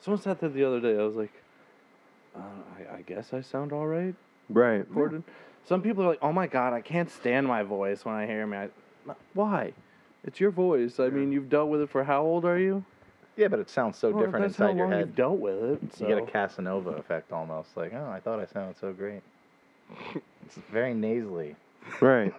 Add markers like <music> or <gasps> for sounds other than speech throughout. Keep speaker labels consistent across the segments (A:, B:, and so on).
A: Someone said that the other day. I was like, uh, I, I guess I sound all right.
B: Right.
A: Recorded. Some people are like, oh my God, I can't stand my voice when I hear me. I, "M- why? It's your voice. I mean, you've dealt with it for how old are you?
C: Yeah, but it sounds so
A: Well,
C: different
A: that's how
C: inside your
A: long
C: head.
A: You've dealt with it. So.
C: You get a Casanova effect almost. Like, oh, I thought I sounded
A: <laughs>
C: so great. it's very nasally.
B: Right.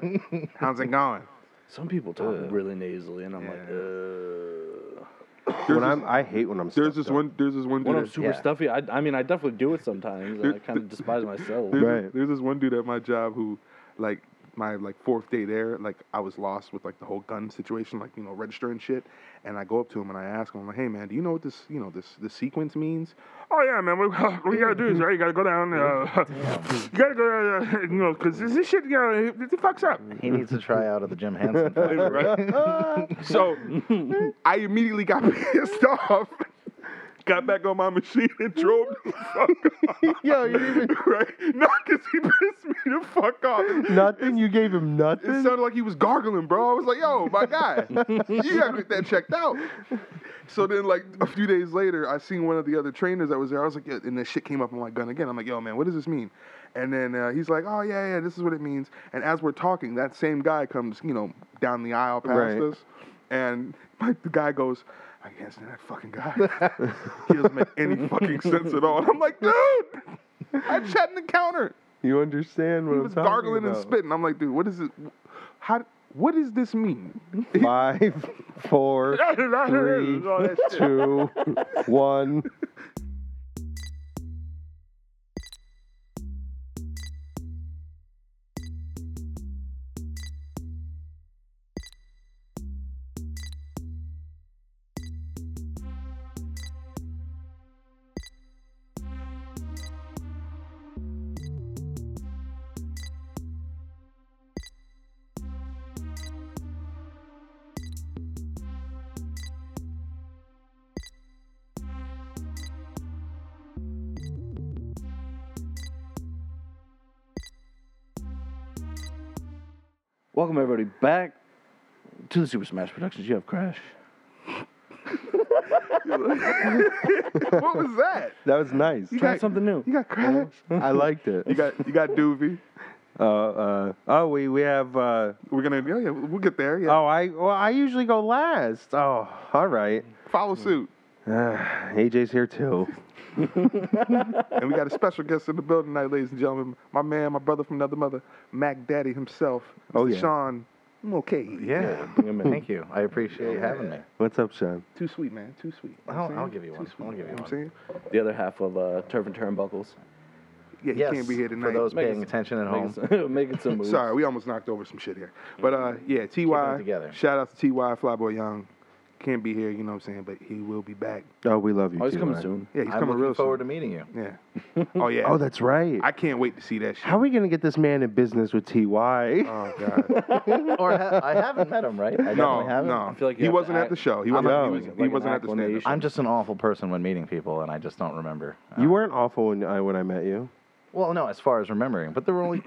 D: How's it going?
A: Some people talk
C: Ugh.
A: really nasally, and I'm like, ugh.
B: when
D: There's this,
B: I'm, I hate when I'm.
D: there's
B: stuffed
D: this
B: up.
D: one. There's this one
A: When
D: dude.
A: I'm
D: at-
A: super
C: Yeah.
A: stuffy, I, I mean, I definitely do it sometimes. and I kind
C: <laughs>
A: of despise myself.
D: There's,
B: Right.
D: there's this one dude at my job who, like, my like fourth day there, like I was lost with like the whole gun situation, like you know registering shit, and I go up to him and I ask him, I'm like, hey man, do you know what this you know this this sequence means? Oh yeah, man, we, <laughs> we gotta do this, right? You gotta go down, uh, <laughs> you gotta go, uh, <laughs> you know, because this, this shit, you know, it, it fucks up.
C: He needs to try out of the
A: <laughs>
C: Jim Henson. Factory.
D: <laughs> So I immediately got <laughs> pissed off. Got back on my machine and drove the fuck off.
B: Yo, you didn't even-
D: <laughs> right? No, because he pissed me the fuck off.
B: Nothing. You gave him
D: It
B: nothing.
D: sounded like he was gargling, bro. I was like, yo,
B: <laughs>
D: my guy, you gotta get that checked out. So then, like, a few days later, I seen one of the other trainers that was there. I was like, yeah, and this shit came up on my gun again. I'm like, yo, man, what does this mean? And then uh, he's like, oh, yeah, yeah, this is what it means. And as we're talking, that same guy comes, you know, down the aisle past
B: Right.
D: us. And my, the guy goes, I can't stand that fucking guy. <laughs> he doesn't make any fucking sense at all. And I'm like, dude, I chat in the counter.
B: You understand what
D: He
B: I'm
D: was
B: talking
D: gargling and
B: about.
D: spitting. I'm like, dude, what is it? How? What does this <laughs> mean?
B: Five,
D: <laughs>
B: four, three, <laughs> two, one.
A: Welcome everybody back to the Super Smash Productions. You have Crash.
D: what was <laughs> that?
B: That was nice.
A: Try something new.
D: You got crash.
B: I liked it.
D: You got you got doobie.
B: Uh, uh, oh, we we have. Uh,
D: We're gonna yeah, yeah we'll get there. Yeah,
B: oh, I well, I usually go last. Oh, all right.
D: follow suit.
B: Uh, AJ's here too.
D: And we got a special guest in the building tonight, ladies and gentlemen. My man, my brother from another mother, Mac Daddy himself.
B: Oh,
D: Mr.
B: yeah.
D: Sean. I'm okay.
C: yeah. bring him in. Thank you. I appreciate having me.
B: What's up, Sean?
D: Too sweet, man. Too sweet. You know what
C: I'll,
D: I'm
C: I'll
D: saying?
C: give you one. I'll give you
D: You know what I'm
C: one.
D: saying?
A: The other half of uh, Turf and Turnbuckles.
D: Yeah, he
C: Yes,
D: can't be here tonight.
C: For those
A: Make
C: paying
A: us-
C: attention at home.
B: Um,
A: Making <laughs> some, making
B: <laughs>
A: some moves.
D: Sorry, we almost knocked over some shit here. But uh, yeah,
C: Mm-hmm. it
D: Ty.
C: together.
D: Shout out to Ty Flyboy Young. Can't be here, you know what I'm saying, but he will be back.
B: Oh, we love you.
A: Oh, he's
B: too,
A: coming
B: man.
A: soon.
D: Yeah, he's
C: I'm
D: coming
C: looking
D: real
C: forward
D: soon.
C: to meeting you.
D: Yeah.
C: <laughs>
D: Oh yeah.
B: Oh, that's right.
D: I can't wait to see that shit.
B: How are we gonna get this man in business with Ty?
A: Uh,
C: <laughs>
D: Oh god.
C: or ha- I haven't met him, right? I
D: No,
C: definitely haven't.
D: no.
A: I feel like you
D: he
A: have to
D: wasn't at
A: act-
D: the show. He
A: I'm
D: wasn't.
B: not
D: he
B: doing
D: was,
A: it
D: he
A: like an
D: wasn't at the stand
A: acclamation.
C: I'm just an awful person when meeting people, and I just don't remember.
B: <laughs>
C: Uh,
B: you weren't awful when I when I met you.
C: well, no, as far as remembering, but there were only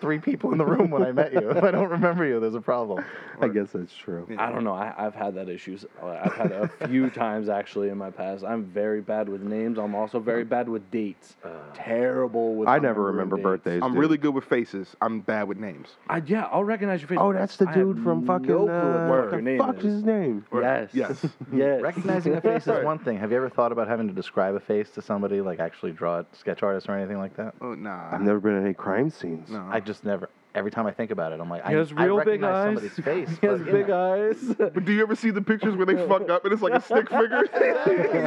C: three people in the room when I met you. If I don't remember you, there's a problem.
B: I guess that's true.
A: I don't know. I, I've had that issues. uh, I've had it a
B: <laughs>
A: few times actually in my past. I'm very bad with names. I'm also very bad with dates. Terrible with.
B: Uh, I never remember
A: remembering dates.
B: birthdays.
D: I'm
B: dude.
D: really good with faces. I'm bad with names.
A: I, yeah, I'll recognize your face.
B: Oh, that's the
A: I have
B: dude from fucking.
A: No clue
B: uh,
A: what
B: what
A: your
B: the
A: name
B: fuck
A: is.
B: is his name?
A: Yes.
D: Yes.
A: <laughs> yes.
C: Recognizing a
A: <laughs>
C: face is one thing. Have you ever thought about having to describe a face to somebody, like actually draw it, sketch artist or anything like that?
D: Oh nah.
B: I've never been at any crime scenes.
D: no.
C: I just never. Every time I think about it, I'm like,
A: He
C: I,
A: has
C: I
A: real big
C: recognize
A: eyes.
C: somebody's face.
A: <laughs> He has
C: but, you
A: big
C: know, <laughs>
A: eyes.
D: but do you ever see the pictures where they fuck up and it's like a stick figure?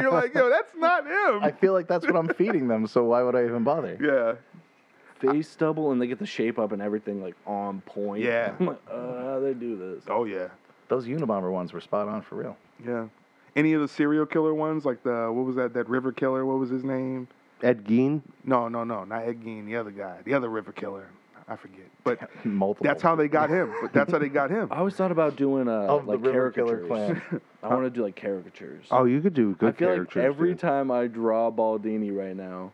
D: <laughs> You're like, yo, that's not him.
C: I feel like that's what I'm feeding them, so why would I even bother?
D: yeah.
A: face stubble and they get the shape up and everything like on point.
D: Yeah.
A: <laughs> I'm like, uh, they do this.
D: Oh yeah.
C: Those Unabomber ones were spot on for real.
D: Yeah. Any of the serial killer ones, like the what was that? That river killer. What was his name?
B: Ed Gein.
D: No, no, no, not Ed Gein. The other guy, the other river killer. I forget. But
B: <laughs>
C: Multiple.
D: that's how they got him. But that's how they got him.
A: I always thought about doing uh,
C: Of the
A: like
C: River Killer
A: caricatures.
C: clan.
A: <laughs> I want to do like caricatures.
B: Oh, you could do good
A: I feel like
B: characters.
A: every
B: dude.
A: time I draw Baldini right now,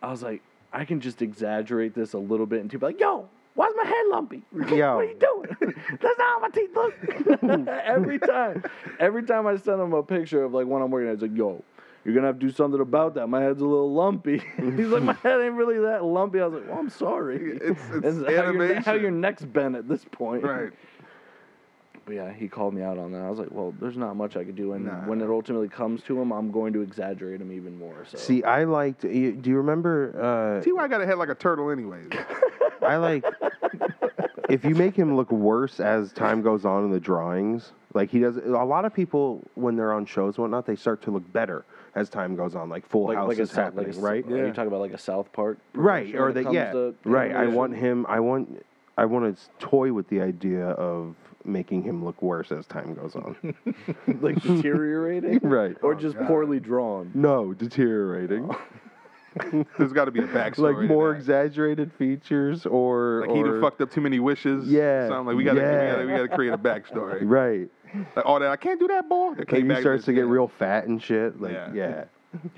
A: I was like, I can just exaggerate this a little bit and people are like, yo, why's my head lumpy? <laughs>
B: Yo.
A: what are you doing? <laughs> That's not how my teeth <laughs> look. every time, every time I send them a picture of like one I'm working on, it's like, yo, you're gonna have to do something about that. My head's a little lumpy. <laughs> He's like, my head ain't really that lumpy. I was like, well, I'm sorry.
D: It's- it's
A: how, your, how
D: animation.
A: your neck's bent at this point.
D: Right.
A: But yeah, he called me out on that. I was like, well, there's not much I could do. And
D: Nah.
A: when it ultimately comes to him, I'm going to exaggerate him even more. So
B: See, I liked. You, do you remember?
D: See why I got a head like a turtle, anyways.
B: Uh, I like. if you make him look worse as time goes on in the drawings, like he does. A lot of people, when they're on shows and whatnot, they start to look better as time goes on. Like Full
A: like,
B: House
A: like a
B: is
A: South- like
B: happening,
A: a-
B: right?
A: Are
D: Yeah.
A: you talking about like a South Park?
B: right
A: progression
B: or
A: when it
B: the
A: comes
B: yeah
A: to
B: right i
A: animation?
B: want him i want i want to toy with the idea of making him look worse as time goes on
A: <laughs> like deteriorating,
B: Right.
A: Or just
D: God.
A: poorly drawn.
B: no deteriorating
D: There's got to be a
B: <laughs>
D: backstory.
B: like
D: to
B: more
D: that.
B: exaggerated features or
D: Like he done
B: or-
D: fucked up too many wishes.
B: Yeah,
D: Something like we gotta,
B: yeah.
D: we gotta, we gotta create a backstory.
B: <laughs> right
D: Like all that. I can't do that, boy. That
B: like
D: came
B: he
D: back
B: starts
D: this-
B: to get
D: yeah.
B: real fat and shit like
D: Yeah.
B: yeah,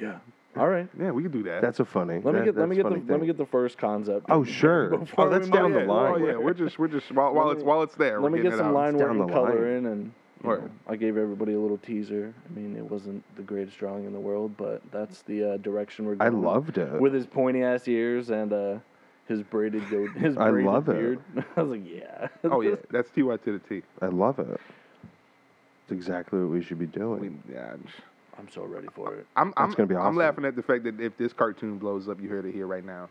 A: Yeah. All right.
D: Yeah, we can do that.
B: that's a funny
A: Let me
B: that-
A: get let me get
B: that's
A: the
B: funny
A: let
B: thing.
A: me get the first concept.
B: oh sure
A: Before
B: oh that's
A: we
B: down
A: move
B: the
D: Oh,
B: line
D: yeah, we're just, we're just while, while
A: Let
D: it's
A: me-
D: while it's there.
A: Let
D: we're
A: me
D: getting
A: get
D: it
A: some
D: out.
A: line work
B: down
A: and
B: the
A: color
B: line.
A: in, and you
D: Word.
A: know, I gave everybody a little teaser. I mean, it wasn't the greatest drawing in the world, but that's the uh, direction we're
B: i
A: going.
B: loved it
A: with his pointy ass ears and uh, his braided
B: <laughs>
A: go- his
B: I
A: braided
B: love it.
A: beard. <laughs> I was like, yeah.
D: Oh yeah, that's T Y to the T.
B: i love it it's exactly what we should be
D: I
B: doing
D: mean, yeah, I'm-
A: I'm so ready for it.
D: I'm, I'm,
B: That's gonna be
D: I'm
B: awesome.
D: laughing at the fact that if this cartoon blows up, you heard it here right now.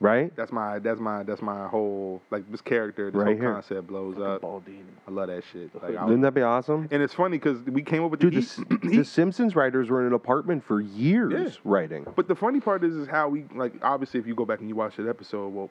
B: right
D: That's my, that's my, that's my whole like this character, this
B: Right
D: whole
B: here.
D: concept blows
A: Fucking
D: up.
A: Baldine.
D: I love that shit. Like, I,
B: wouldn't that be awesome
D: and it's funny because we came up with
B: Dude,
D: the,
B: the,
D: <clears throat> he-
B: S- the Simpsons writers were in an apartment for years
D: Yeah.
B: writing.
D: But the funny part is, is how we like. Obviously, if you go back and you watch that episode, well,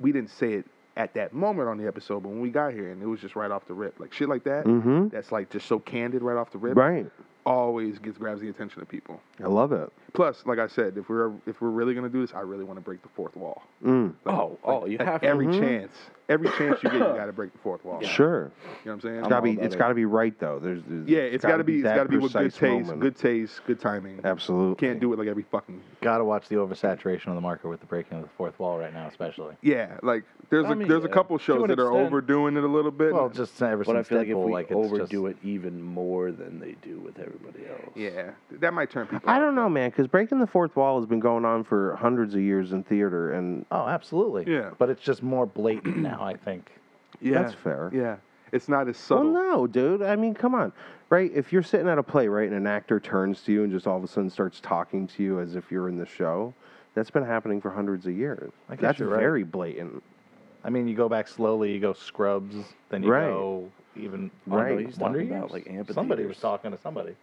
D: we didn't say it at that moment on the episode, but when we got here, and it was just right off the rip, like shit like that.
B: Mm-hmm.
D: That's like just so candid right off the rip.
B: Right.
D: Always gets grabs the attention of people.
B: I love it.
D: Plus, like I said, if we're if we're really gonna do this, I really want to break the fourth wall.
B: Mm.
A: Oh, oh, you
D: Like,
A: have
D: every
A: to.
D: chance, every chance you get, you gotta break the fourth wall.
B: Sure.
D: You know what I'm saying?
B: It's gotta
A: all
B: be.
A: about
B: It's
A: it.
B: gotta be right though. There's. there's
D: yeah, it's gotta be. It's
B: that
D: gotta be with good
B: precise
D: taste,
B: moment.
D: good taste, good timing.
B: Absolutely.
D: Can't do it like every fucking.
C: Gotta watch the oversaturation of the market with the breaking of the fourth wall right now, especially.
D: Yeah, like there's
A: I
D: a
A: mean,
D: there's a
A: yeah.
D: couple
A: To
D: shows
A: an
D: that are
A: extent.
D: overdoing it a little bit.
C: Well, just ever
A: But I
C: since
A: feel like if
C: Deadpool,
A: we
C: like,
A: overdo it even more than they do with everybody else.
D: Yeah, that might turn people.
B: I
D: off,
B: don't know,
D: though.
B: man, because breaking the fourth wall has been going on for hundreds of years in theater, and
C: Oh, absolutely.
D: Yeah.
C: But it's just more blatant now, I think.
D: Yeah,
B: that's fair.
D: Yeah, it's not as
B: Well,
D: subtle.
B: no, dude. I mean, come on, right? If you're sitting at a play, right, and an actor turns to you and just all of a sudden starts talking to you as if you're in the show, that's been happening for hundreds of years.
C: I guess
B: That's
C: you're right.
B: very blatant.
C: I mean, you go back slowly, you go Scrubs, then you
B: Right.
C: go even
A: Oh, no,
B: Right.
A: he's
C: Wonder
A: talking
C: Years?
A: about, like,
C: somebody
A: amphitheaters.
C: was talking to somebody.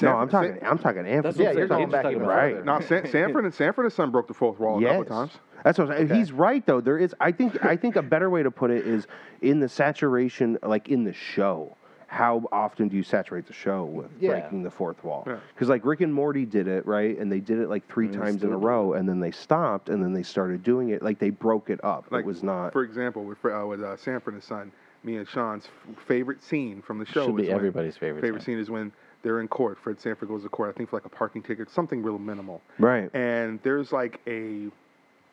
B: no, I'm talking. I'm talking
A: That's
B: Anthony.
A: what
C: Yeah,
A: I'm saying.
C: you're going
A: He's
C: back
A: talking
C: even
A: about
B: further.
A: other-
D: No, San, Sanford and Sanford and Son broke the fourth wall Oh, a
B: Yes.
D: couple times.
B: That's what I'm saying.
C: Okay.
B: He's right though. There is I think I think a better way to put it is in the saturation like in the show. How often do you saturate the show with
C: Yeah.
B: breaking the fourth wall?
D: Yeah.
B: Because like Rick and Morty did it, right? And they did it like three
A: And they
B: times in
A: still
B: a
A: do
B: row, and then they stopped, and then they started doing it. Like they broke it up.
D: Like,
B: it was not.
D: For example, with uh, with uh, Sanford and Son, me and Sean's f- favorite scene from the show
C: Should
D: is
C: be
D: when-
C: everybody's favorite.
D: favorite scene is when they're in court. Fred Sanford goes to court. I think for like a parking ticket, something real minimal.
B: right.
D: And there's like a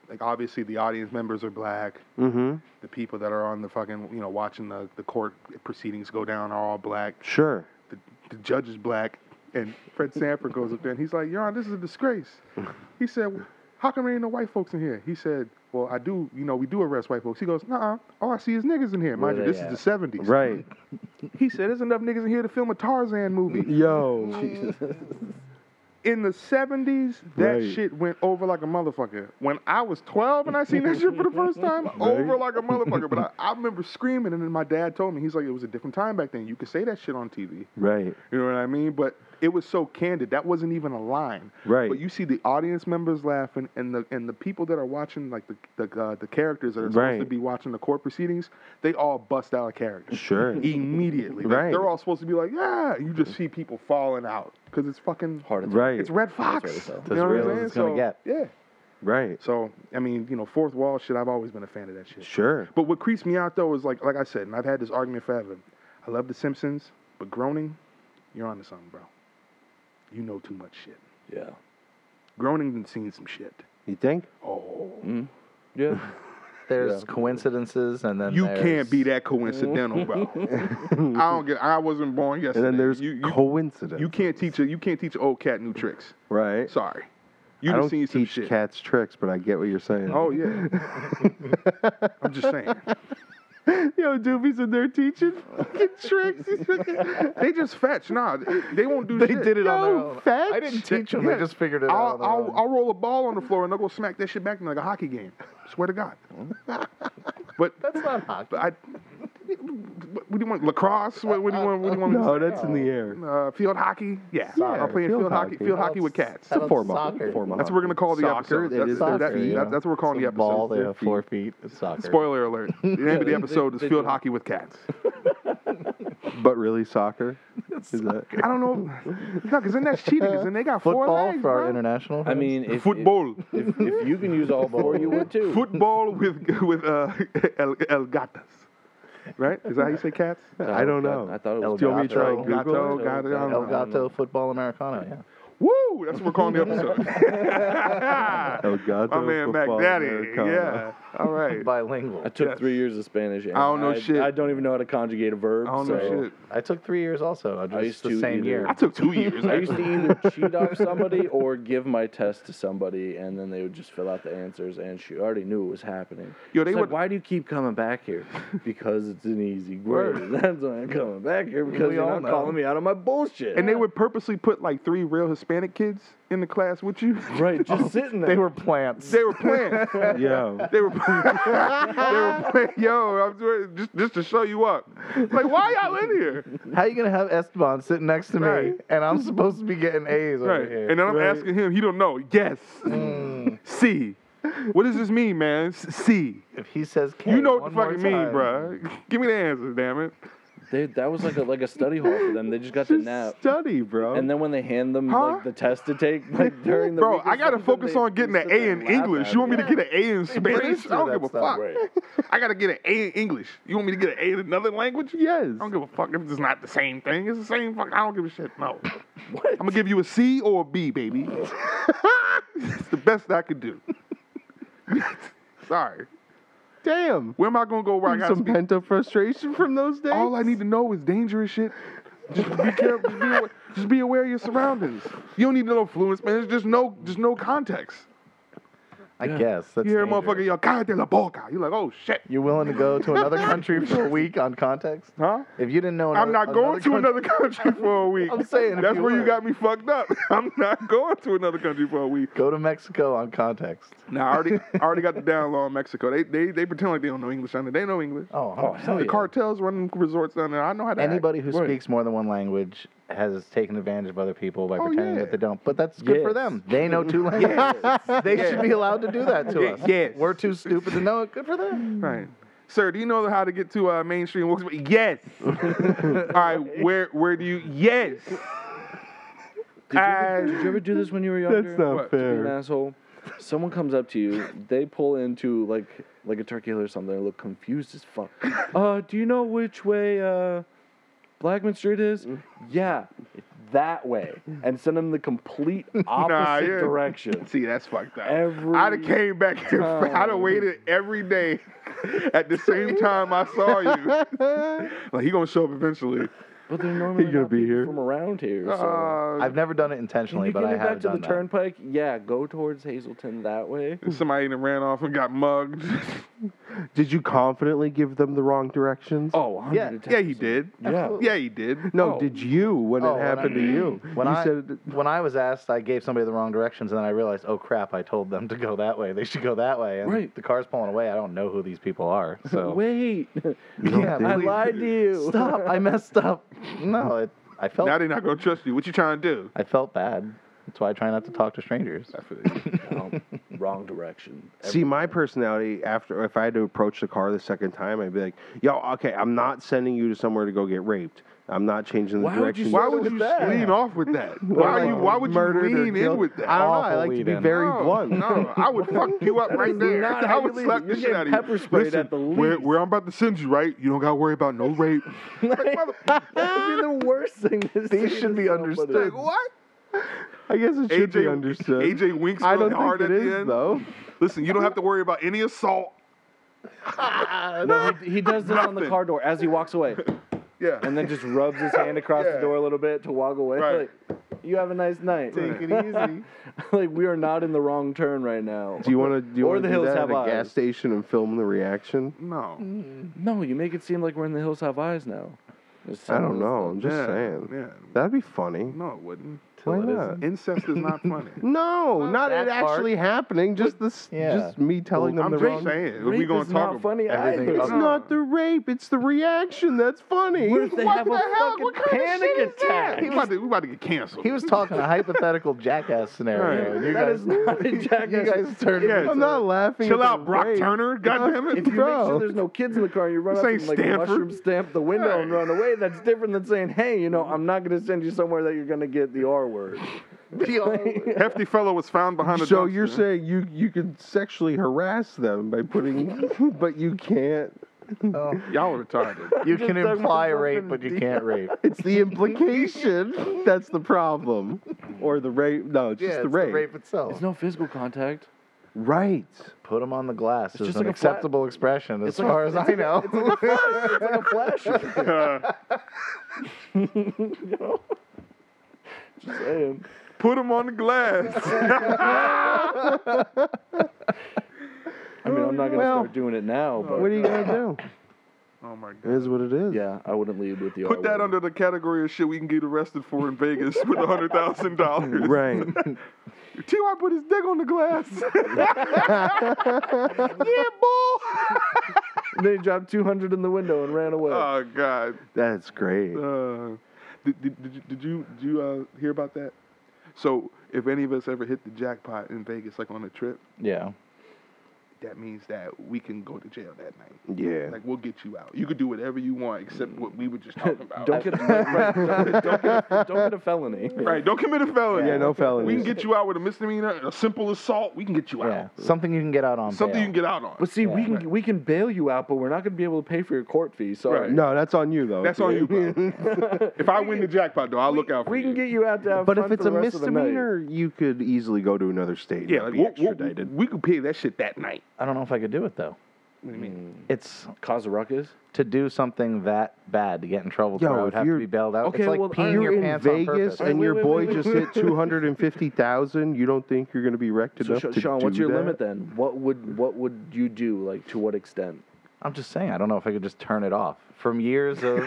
D: like obviously the audience members are black.
B: Mm-hmm.
D: The people that are on the fucking you know watching the the court proceedings go down are all black.
B: Sure.
D: the, the judge is black, and Fred Sanford goes up there and he's like, Your Honor, this is a disgrace.
B: <laughs>
D: He said, How come there ain't no white folks in here? He said, Well, I do, you know, we do arrest white folks. He goes, Nuh uh, all I see is niggas in here. Mind
A: Where
D: you,
A: they
D: this is the 70s.
B: Right.
D: He said, There's enough niggas in here to film a
B: <laughs>
D: Tarzan movie.
B: Yo.
D: In the 70s, that
B: Right.
D: shit went over like a motherfucker. When I was 12 and I seen that shit for the first
B: <laughs>
D: time, over like a motherfucker. But I, I remember screaming, and then my dad told me, He's like, It was a different time back then. You could say that shit on TV.
B: right.
D: You know what I mean? But it was so candid. That wasn't even a line.
B: Right.
D: But you see the audience members laughing, and the and the people that are watching, like the the, uh, the characters that are supposed to
B: Right.
D: be watching the court proceedings, they all bust out a character
B: Sure.
D: <laughs> immediately. Like,
B: Right.
D: They're all supposed to be like, yeah. You just see people falling out because it's fucking
A: Heart attack.
B: right.
D: It's Red Fox.
A: That's what it is.
D: You know
C: As
D: what
C: real
D: I'm
C: as
D: saying?
C: it's gonna
D: So,
C: get.
D: Yeah.
B: Right.
D: So I mean, you know, fourth wall shit. I've always been a fan of that shit.
B: Sure.
D: But what creeps me out though is like, like I said, and I've had this argument forever. I love The Simpsons, but groaning, you're onto something, bro. You know too much shit.
A: Yeah.
D: Groaning done seen some shit.
B: You think?
D: Oh,
A: Mm. Yeah.
C: there's coincidences, and then
D: You
C: there's-
D: can't be that coincidental, bro. I don't get. I wasn't born yesterday.
B: And then there's
D: you. You,
B: coincidence.
D: you can't teach a. You can't teach an old cat new tricks.
B: right?
D: Sorry.
B: I
D: You done
B: don't
D: seen
B: teach
D: some shit.
B: cats tricks, but I get what you're saying.
D: Oh yeah. I'm just saying.
B: <laughs> yo, Doobie's in there teaching
D: Oh,
B: fucking tricks. He's fucking,
D: <laughs> They just fetch. Nah, they, they won't do. They shit.
C: did it on their
B: yo,
C: own.
B: fetch.
C: I didn't teach them.
D: Yeah.
C: I just figured it out. uh,
D: I'll,
C: on their
D: I'll,
C: own.
D: I'll roll a ball on the floor and they'll go smack that shit back in like a hockey game. <laughs> Swear to God. <laughs> but
C: That's not hockey.
D: I. What, what do you want? Lacrosse? What, what do you want? What do you want? me to
B: No, that's in the air.
D: say? uh, field hockey. Yeah,
B: Yeah,
D: I'm playing
B: field
D: field hockey.
B: hockey.
D: Field hockey with
C: That's-
D: cats.
B: It's
C: that's-
B: a form of
C: Soccer.
B: form of
D: That's what we're gonna call the
B: Soccer,
D: episode.
B: it
D: That's,
B: is
D: that-
B: soccer,
D: that-
B: yeah.
D: that's what we're calling
C: It's
D: the
C: a Ball,
D: episode.
C: they have four feet. It's soccer.
D: Spoiler alert. The name of the episode is field hockey with cats.
B: But really,
D: <laughs>
B: soccer. Is that?
D: I don't know. No, because then that's cheating. Because then they got four
C: Football
D: legs,
C: for our
D: bro.
C: international.
A: I
C: fans?
A: mean, if,
D: Football.
A: If, if, if you can use all four, you would too.
D: Football with with uh, <laughs> el, el gatas. Right? Is that how you say cats?
B: I don't know.
A: I thought it
C: El
A: was.
B: Do you want me to try and
A: Gato.
B: Google
D: it? Gato, Gato.
C: El Gato Football Americano. Yeah.
D: Woo! That's what we're calling the episode.
B: El Gato
D: My man Mac
B: Football
D: Daddy.
B: Americano.
D: Yeah.
C: <laughs>
D: All right.
C: Bilingual.
A: I took
D: Yes.
A: three years of Spanish. And
D: I don't know
A: I,
D: shit.
A: I don't even know how to conjugate a verb.
D: I don't
A: so
D: know shit.
C: I took three years also. Just
A: used
C: the
A: to
C: same
A: either.
C: year.
D: I took two years.
A: I
D: <laughs>
A: used
D: actually.
A: to either cheat off somebody or give my test to somebody, and then they would just fill out the answers, and she already knew it was happening.
D: Yo, they
A: She's like,
D: would-
A: Why do you keep coming back
D: <laughs>
A: here? Because it's an easy grade. <laughs> That's why I'm coming back here because
C: We
A: you're
C: all
A: not
C: know.
A: calling me out on my bullshit.
D: And they would purposely put like three real Hispanic kids in the class with
A: <laughs>
D: you. <laughs>
A: right, just sitting there.
C: They were plants.
D: They Oh, were
B: <laughs>
D: playing.
B: Yo,
D: They were, they <laughs> were playing, yo, I'm doing, just, just to show you up. Like, why y'all in here?
C: How you gonna have Esteban sitting next to me
D: Right.
C: and I'm supposed to be getting A's over
D: Right.
C: here?
D: And then I'm
C: Right.
D: asking him, he don't know. Yes.
A: Mm.
D: <laughs> C. What does this mean, man? S- C.
C: if he says K,
D: You know what
C: one
D: the
C: more
D: fucking mean,
C: time,
D: bruh. <laughs> Give me the answers, damn it.
A: They- that was like a, like a study hall for them. They just got to nap.
B: study, bro.
A: And then when they hand them
D: Huh?
A: like the test to take, like during the
D: Bro,
A: week or
D: I gotta
A: something,
D: focus
A: they
D: on getting
A: just
D: an
A: sit
D: A
A: there
D: in
A: and laugh
D: English.
A: at
D: You want me
A: it.
D: to get an A in Spanish? I
C: Pretty sure
D: don't give a
C: that's not
D: fuck. <laughs> I gotta get an A in English. You want me to get an A in another language?
B: yes,
D: I don't give a fuck if it's not the same thing. It's the same fuck. I don't give a shit.
A: <laughs>
D: No. I'm gonna give you a C or a B, baby. <laughs> it's the best I could do. <laughs> Sorry.
B: damn.
D: Where am I gonna go where I gotta
B: Some
D: speak
B: pent up frustration from those days.
D: All I need to know is dangerous shit. Just be careful. just, be aware, just be aware of your surroundings. You don't need to know fluent Spanish. Just know, just know context.
C: I guess. That's
D: You hear a
C: dangerous.
D: motherfucker yell "cállate la boca." You're like, oh shit,
C: You're willing to go to
D: <laughs>
C: another country for a week on context?
D: huh?
C: If you didn't know,
D: I'm
C: another-
D: not going to
C: country-
D: another country for a week.
C: I'm saying if
D: that's
C: you
D: where you
C: were.
D: got me fucked up. <laughs> I'm not going to another country for a week.
C: Go to Mexico on context.
D: Now I already, I already got the down low in Mexico. They, they, they pretend like they don't know English down there. They know English.
C: Oh,
A: Oh,
C: huh.
A: hell
D: the
A: yeah.
D: cartels running resorts down there. I know how to. act.
C: anybody who
A: Right.
C: speaks more than one language has taken advantage of other people by
D: Oh,
C: pretending
D: yeah.
C: that they don't. But that's good for
A: Yes.
C: them. They know
D: <laughs>
C: two languages. They should be allowed to do that to
D: Yeah,
C: us.
D: yes.
C: We're too stupid to know it. Good for them.
D: Right. Mm. Sir, do you know how to get to uh, mainstream Wilkes? Yes.
B: <laughs>
D: All right. Where where do you? Yes.
A: Did you, ever,
D: I-
A: did you ever do this when you were younger?
B: Ah. <laughs> That's not
D: What?
A: You're an
B: fair.
A: asshole. Someone comes up to you. They pull into like like a turkey hill or something. They look confused as fuck. <laughs> Uh, do you know which way uh, Blackman Street is? Yeah, that way. And send them the complete <laughs> opposite
D: you're-
A: direction.
D: See, that's fucked up.
A: Every
D: I'd have came back here. <laughs> I'd have waited every day <laughs> at the same time I
B: <laughs>
D: saw you. like he gonna show up eventually.
A: But they're normally
B: gonna
A: not
B: be
A: people
B: here. Ah.
A: from around here. So.
D: Uh,
C: I've never done it
A: Can
C: intentionally,
A: you
C: but
A: get
C: I
A: me
C: have
A: back to the
C: done that.
A: turnpike? Yeah, go towards Hazleton that way.
D: somebody done ran off and got mugged. <laughs>
B: Did you confidently give them the wrong directions?
A: Oh, 110%.
C: Yeah,
D: yeah, he did.
A: Yeah.
D: Yeah, he did.
B: no,
A: oh.
B: did you when
C: Oh,
B: it
C: when
B: happened
C: I-
B: to you?
C: When
B: you
C: I
B: said
C: when I was asked, I gave somebody the wrong directions, and then I realized, oh crap, I told them to go that way. They should go that way. And
A: Right.
C: The car's pulling away. I don't know who these people are. So <laughs>
A: Wait, <laughs>
C: yeah,
A: I
C: please.
A: lied to you.
C: Stop! I messed up. No, it, I felt
D: Now they're not gonna trust you. What you trying to do?
C: I felt bad. That's why I try not to talk to strangers.
A: <laughs> No, wrong direction.
B: See, my personality after if I had to approach the car the second time, I'd be like, "Yo, okay, I'm not sending you to somewhere to go get raped. I'm not changing the
A: Why would you
B: direction."
A: say
D: Why
A: Started
D: would
A: with
D: you
A: that.
D: lean off with that? Why are you? Why would you
B: Murdered or
D: lean in
B: killed?
D: with that?
B: I don't know. I
C: Awful
B: like to be
C: lead-in.
B: very
D: no,
B: blunt.
D: No, I would fuck you up right there.
A: not
D: <laughs> I
A: how
D: would
A: you
D: slap
A: leave it.
D: the
A: You're
D: shit out of
A: getting
D: you.
A: pepper sprayed
D: Listen,
A: at the
D: Where,
A: least.
D: where I'm about to send you, right? You don't got to worry about no
B: <laughs>
D: rape. <laughs>
A: <laughs>
D: like, mother,
A: That'd be the worst thing to say
C: These
A: to
C: should be
A: somebody.
C: understood.
D: what?
B: <laughs> I guess it should be
D: AJ
B: understood.
D: AJ winks
B: I
D: really
B: don't
D: hard
B: think
D: at
B: it
D: the
B: is
D: end.
B: though.
D: Listen, you don't have to worry about any assault.
A: No, he, he does this on the
D: Nothing.
A: car door as he walks away,
D: Yeah.
A: and then just rubs his hand across
D: Yeah.
A: the door a little bit to walk away.
D: Right.
A: Like, you have a nice night.
D: Take
B: <laughs>
D: it easy.
A: <laughs> like we are not in the wrong turn right now.
B: Do you want to do you
A: Or
B: want
A: the
B: to do
A: hills
B: that at
A: have
B: a
A: eyes.
B: gas station and film the reaction?
D: no.
A: No, you make it seem like we're in the hills have eyes now. It's-
B: I don't know. I'm just
D: yeah,
B: saying.
D: Yeah.
B: That'd be funny.
D: No, it wouldn't.
B: Why
C: Till it
B: not?
C: isn't.
D: Incest is not
B: <laughs>
D: funny.
B: No, not
C: that
B: it actually happening. Just this.
C: Yeah.
B: Just me telling them
D: I'm
B: the wrong.
D: just saying.
A: Rape
D: we gonna
A: is
D: talk
A: not
D: about
A: funny
C: everything
A: either.
B: It's not the rape. It's the reaction. That's funny.
A: What if they
B: what
A: have
B: the
A: a
B: hell?
A: fucking
B: What kind
A: panic
B: of shit is that?
A: attack?
D: <laughs> We about, to, we about to get canceled.
C: He was talking a hypothetical jackass scenario.
D: Right.
C: and
A: <laughs>
C: You
A: That
C: guys,
A: is not a jackass.
C: you guys turned.
D: Yeah,
C: into-
B: I'm not laughing.
C: <laughs>
D: Chill
B: at the
D: out, Brock
B: rape.
D: Turner. God damn
A: If
D: it.
A: you
B: Bro.
A: make sure there's no kids in the car, you run
D: This
A: up
D: ain't
A: and like
D: Stanford.
A: mushroom stamp the window and
D: Right.
A: run away. That's different than saying, "Hey, you know, I'm not going to send you somewhere that you're going to get the R word."
D: <laughs> Hefty fellow was found behind a
B: So
D: dumpster.
B: you're saying you you can sexually harass them by
A: <laughs>
B: putting, but you can't.
C: Oh.
D: Y'all are retarded.
C: You can
A: talking
C: imply
A: about
C: rape,
A: fucking
C: but you can't rape.
B: It's the implication. That's the problem, or the rape. No, it's
C: Yeah,
B: just
C: it's
B: the rape.
C: itself.
A: It's no physical contact.
B: Right.
C: Put him on the glass. It's
A: just
C: just an
A: like a flat-
C: acceptable expression, as
A: like a-
C: far as I know.
A: It's like a flash.
C: <laughs>
D: Uh,
A: you know? Just saying.
D: put him on the glass.
A: I mean, I'm not going to
B: Well,
A: start doing it now, but uh,
B: What are you gonna
D: oh my
A: <laughs>
B: do? It
D: god.
B: is what it is.
A: yeah, I wouldn't lead with the R
D: Put that
A: word.
D: under the category of shit we can get arrested for in Vegas with a hundred thousand
A: <laughs>
D: dollars.
B: Right.
D: T.Y. put his dick on the glass. yeah, bull.
A: And then he dropped 200 in the window and ran away.
D: Oh god.
B: That's great.
D: <laughs> Uh, did, did, did you did you, did you uh, hear about that? So if any of us ever hit the jackpot in Vegas, like on a trip,
C: yeah.
D: that means that we can go to jail that night.
B: Yeah.
D: Like we'll get you out. You could do whatever you want except what we were just talking about.
A: don't get a, right, don't, don't get a, don't get a felony.
D: right. Don't commit a felony.
B: Yeah, no
D: We can
B: felonies.
D: get you out with a misdemeanor, a simple assault. We can get you out.
C: Yeah. Something you can get out on.
D: Something
C: bail.
D: you can get out on.
A: But see, we
C: Yeah.
A: can we can bail you out, but we're not going to be able to pay for your court fee. Sorry.
D: Right.
B: No, that's on you though.
D: That's on you, bro. if I win the jackpot, though, I'll look out for
A: We
D: you.
A: can get you out to have
B: But
A: fun
B: if it's
A: for
B: a
A: the rest of the night.
B: misdemeanor, you could easily go to another state. and
D: yeah,
B: not
D: like,
B: be
D: we'll- we'll-
B: extradited.
D: we could pay that shit that night.
C: I don't know if I could do it though.
D: What do you mean?
A: Mm.
C: It's
A: cause a ruckus.
C: to do something that bad to get in trouble. to
B: Yo,
C: where I would
B: if
C: have to
B: you're-
C: be bailed out.
A: Okay,
C: it's like
A: well,
C: peeing
A: I'm-
C: your
B: You're in
C: pants
B: Vegas
C: on purpose.
B: and
A: Wait,
B: your
A: wait,
B: boy
A: wait, wait,
B: just
A: wait. <laughs>
B: hit two hundred and fifty thousand. You don't think you're going to be wrecked
A: So
B: enough
A: Sha-
B: to
A: Sean, what's
B: do
A: your
B: that?
A: limit then? What would what would you do? Like to what extent?
C: I'm just saying. I don't know if I could just turn it off. From years of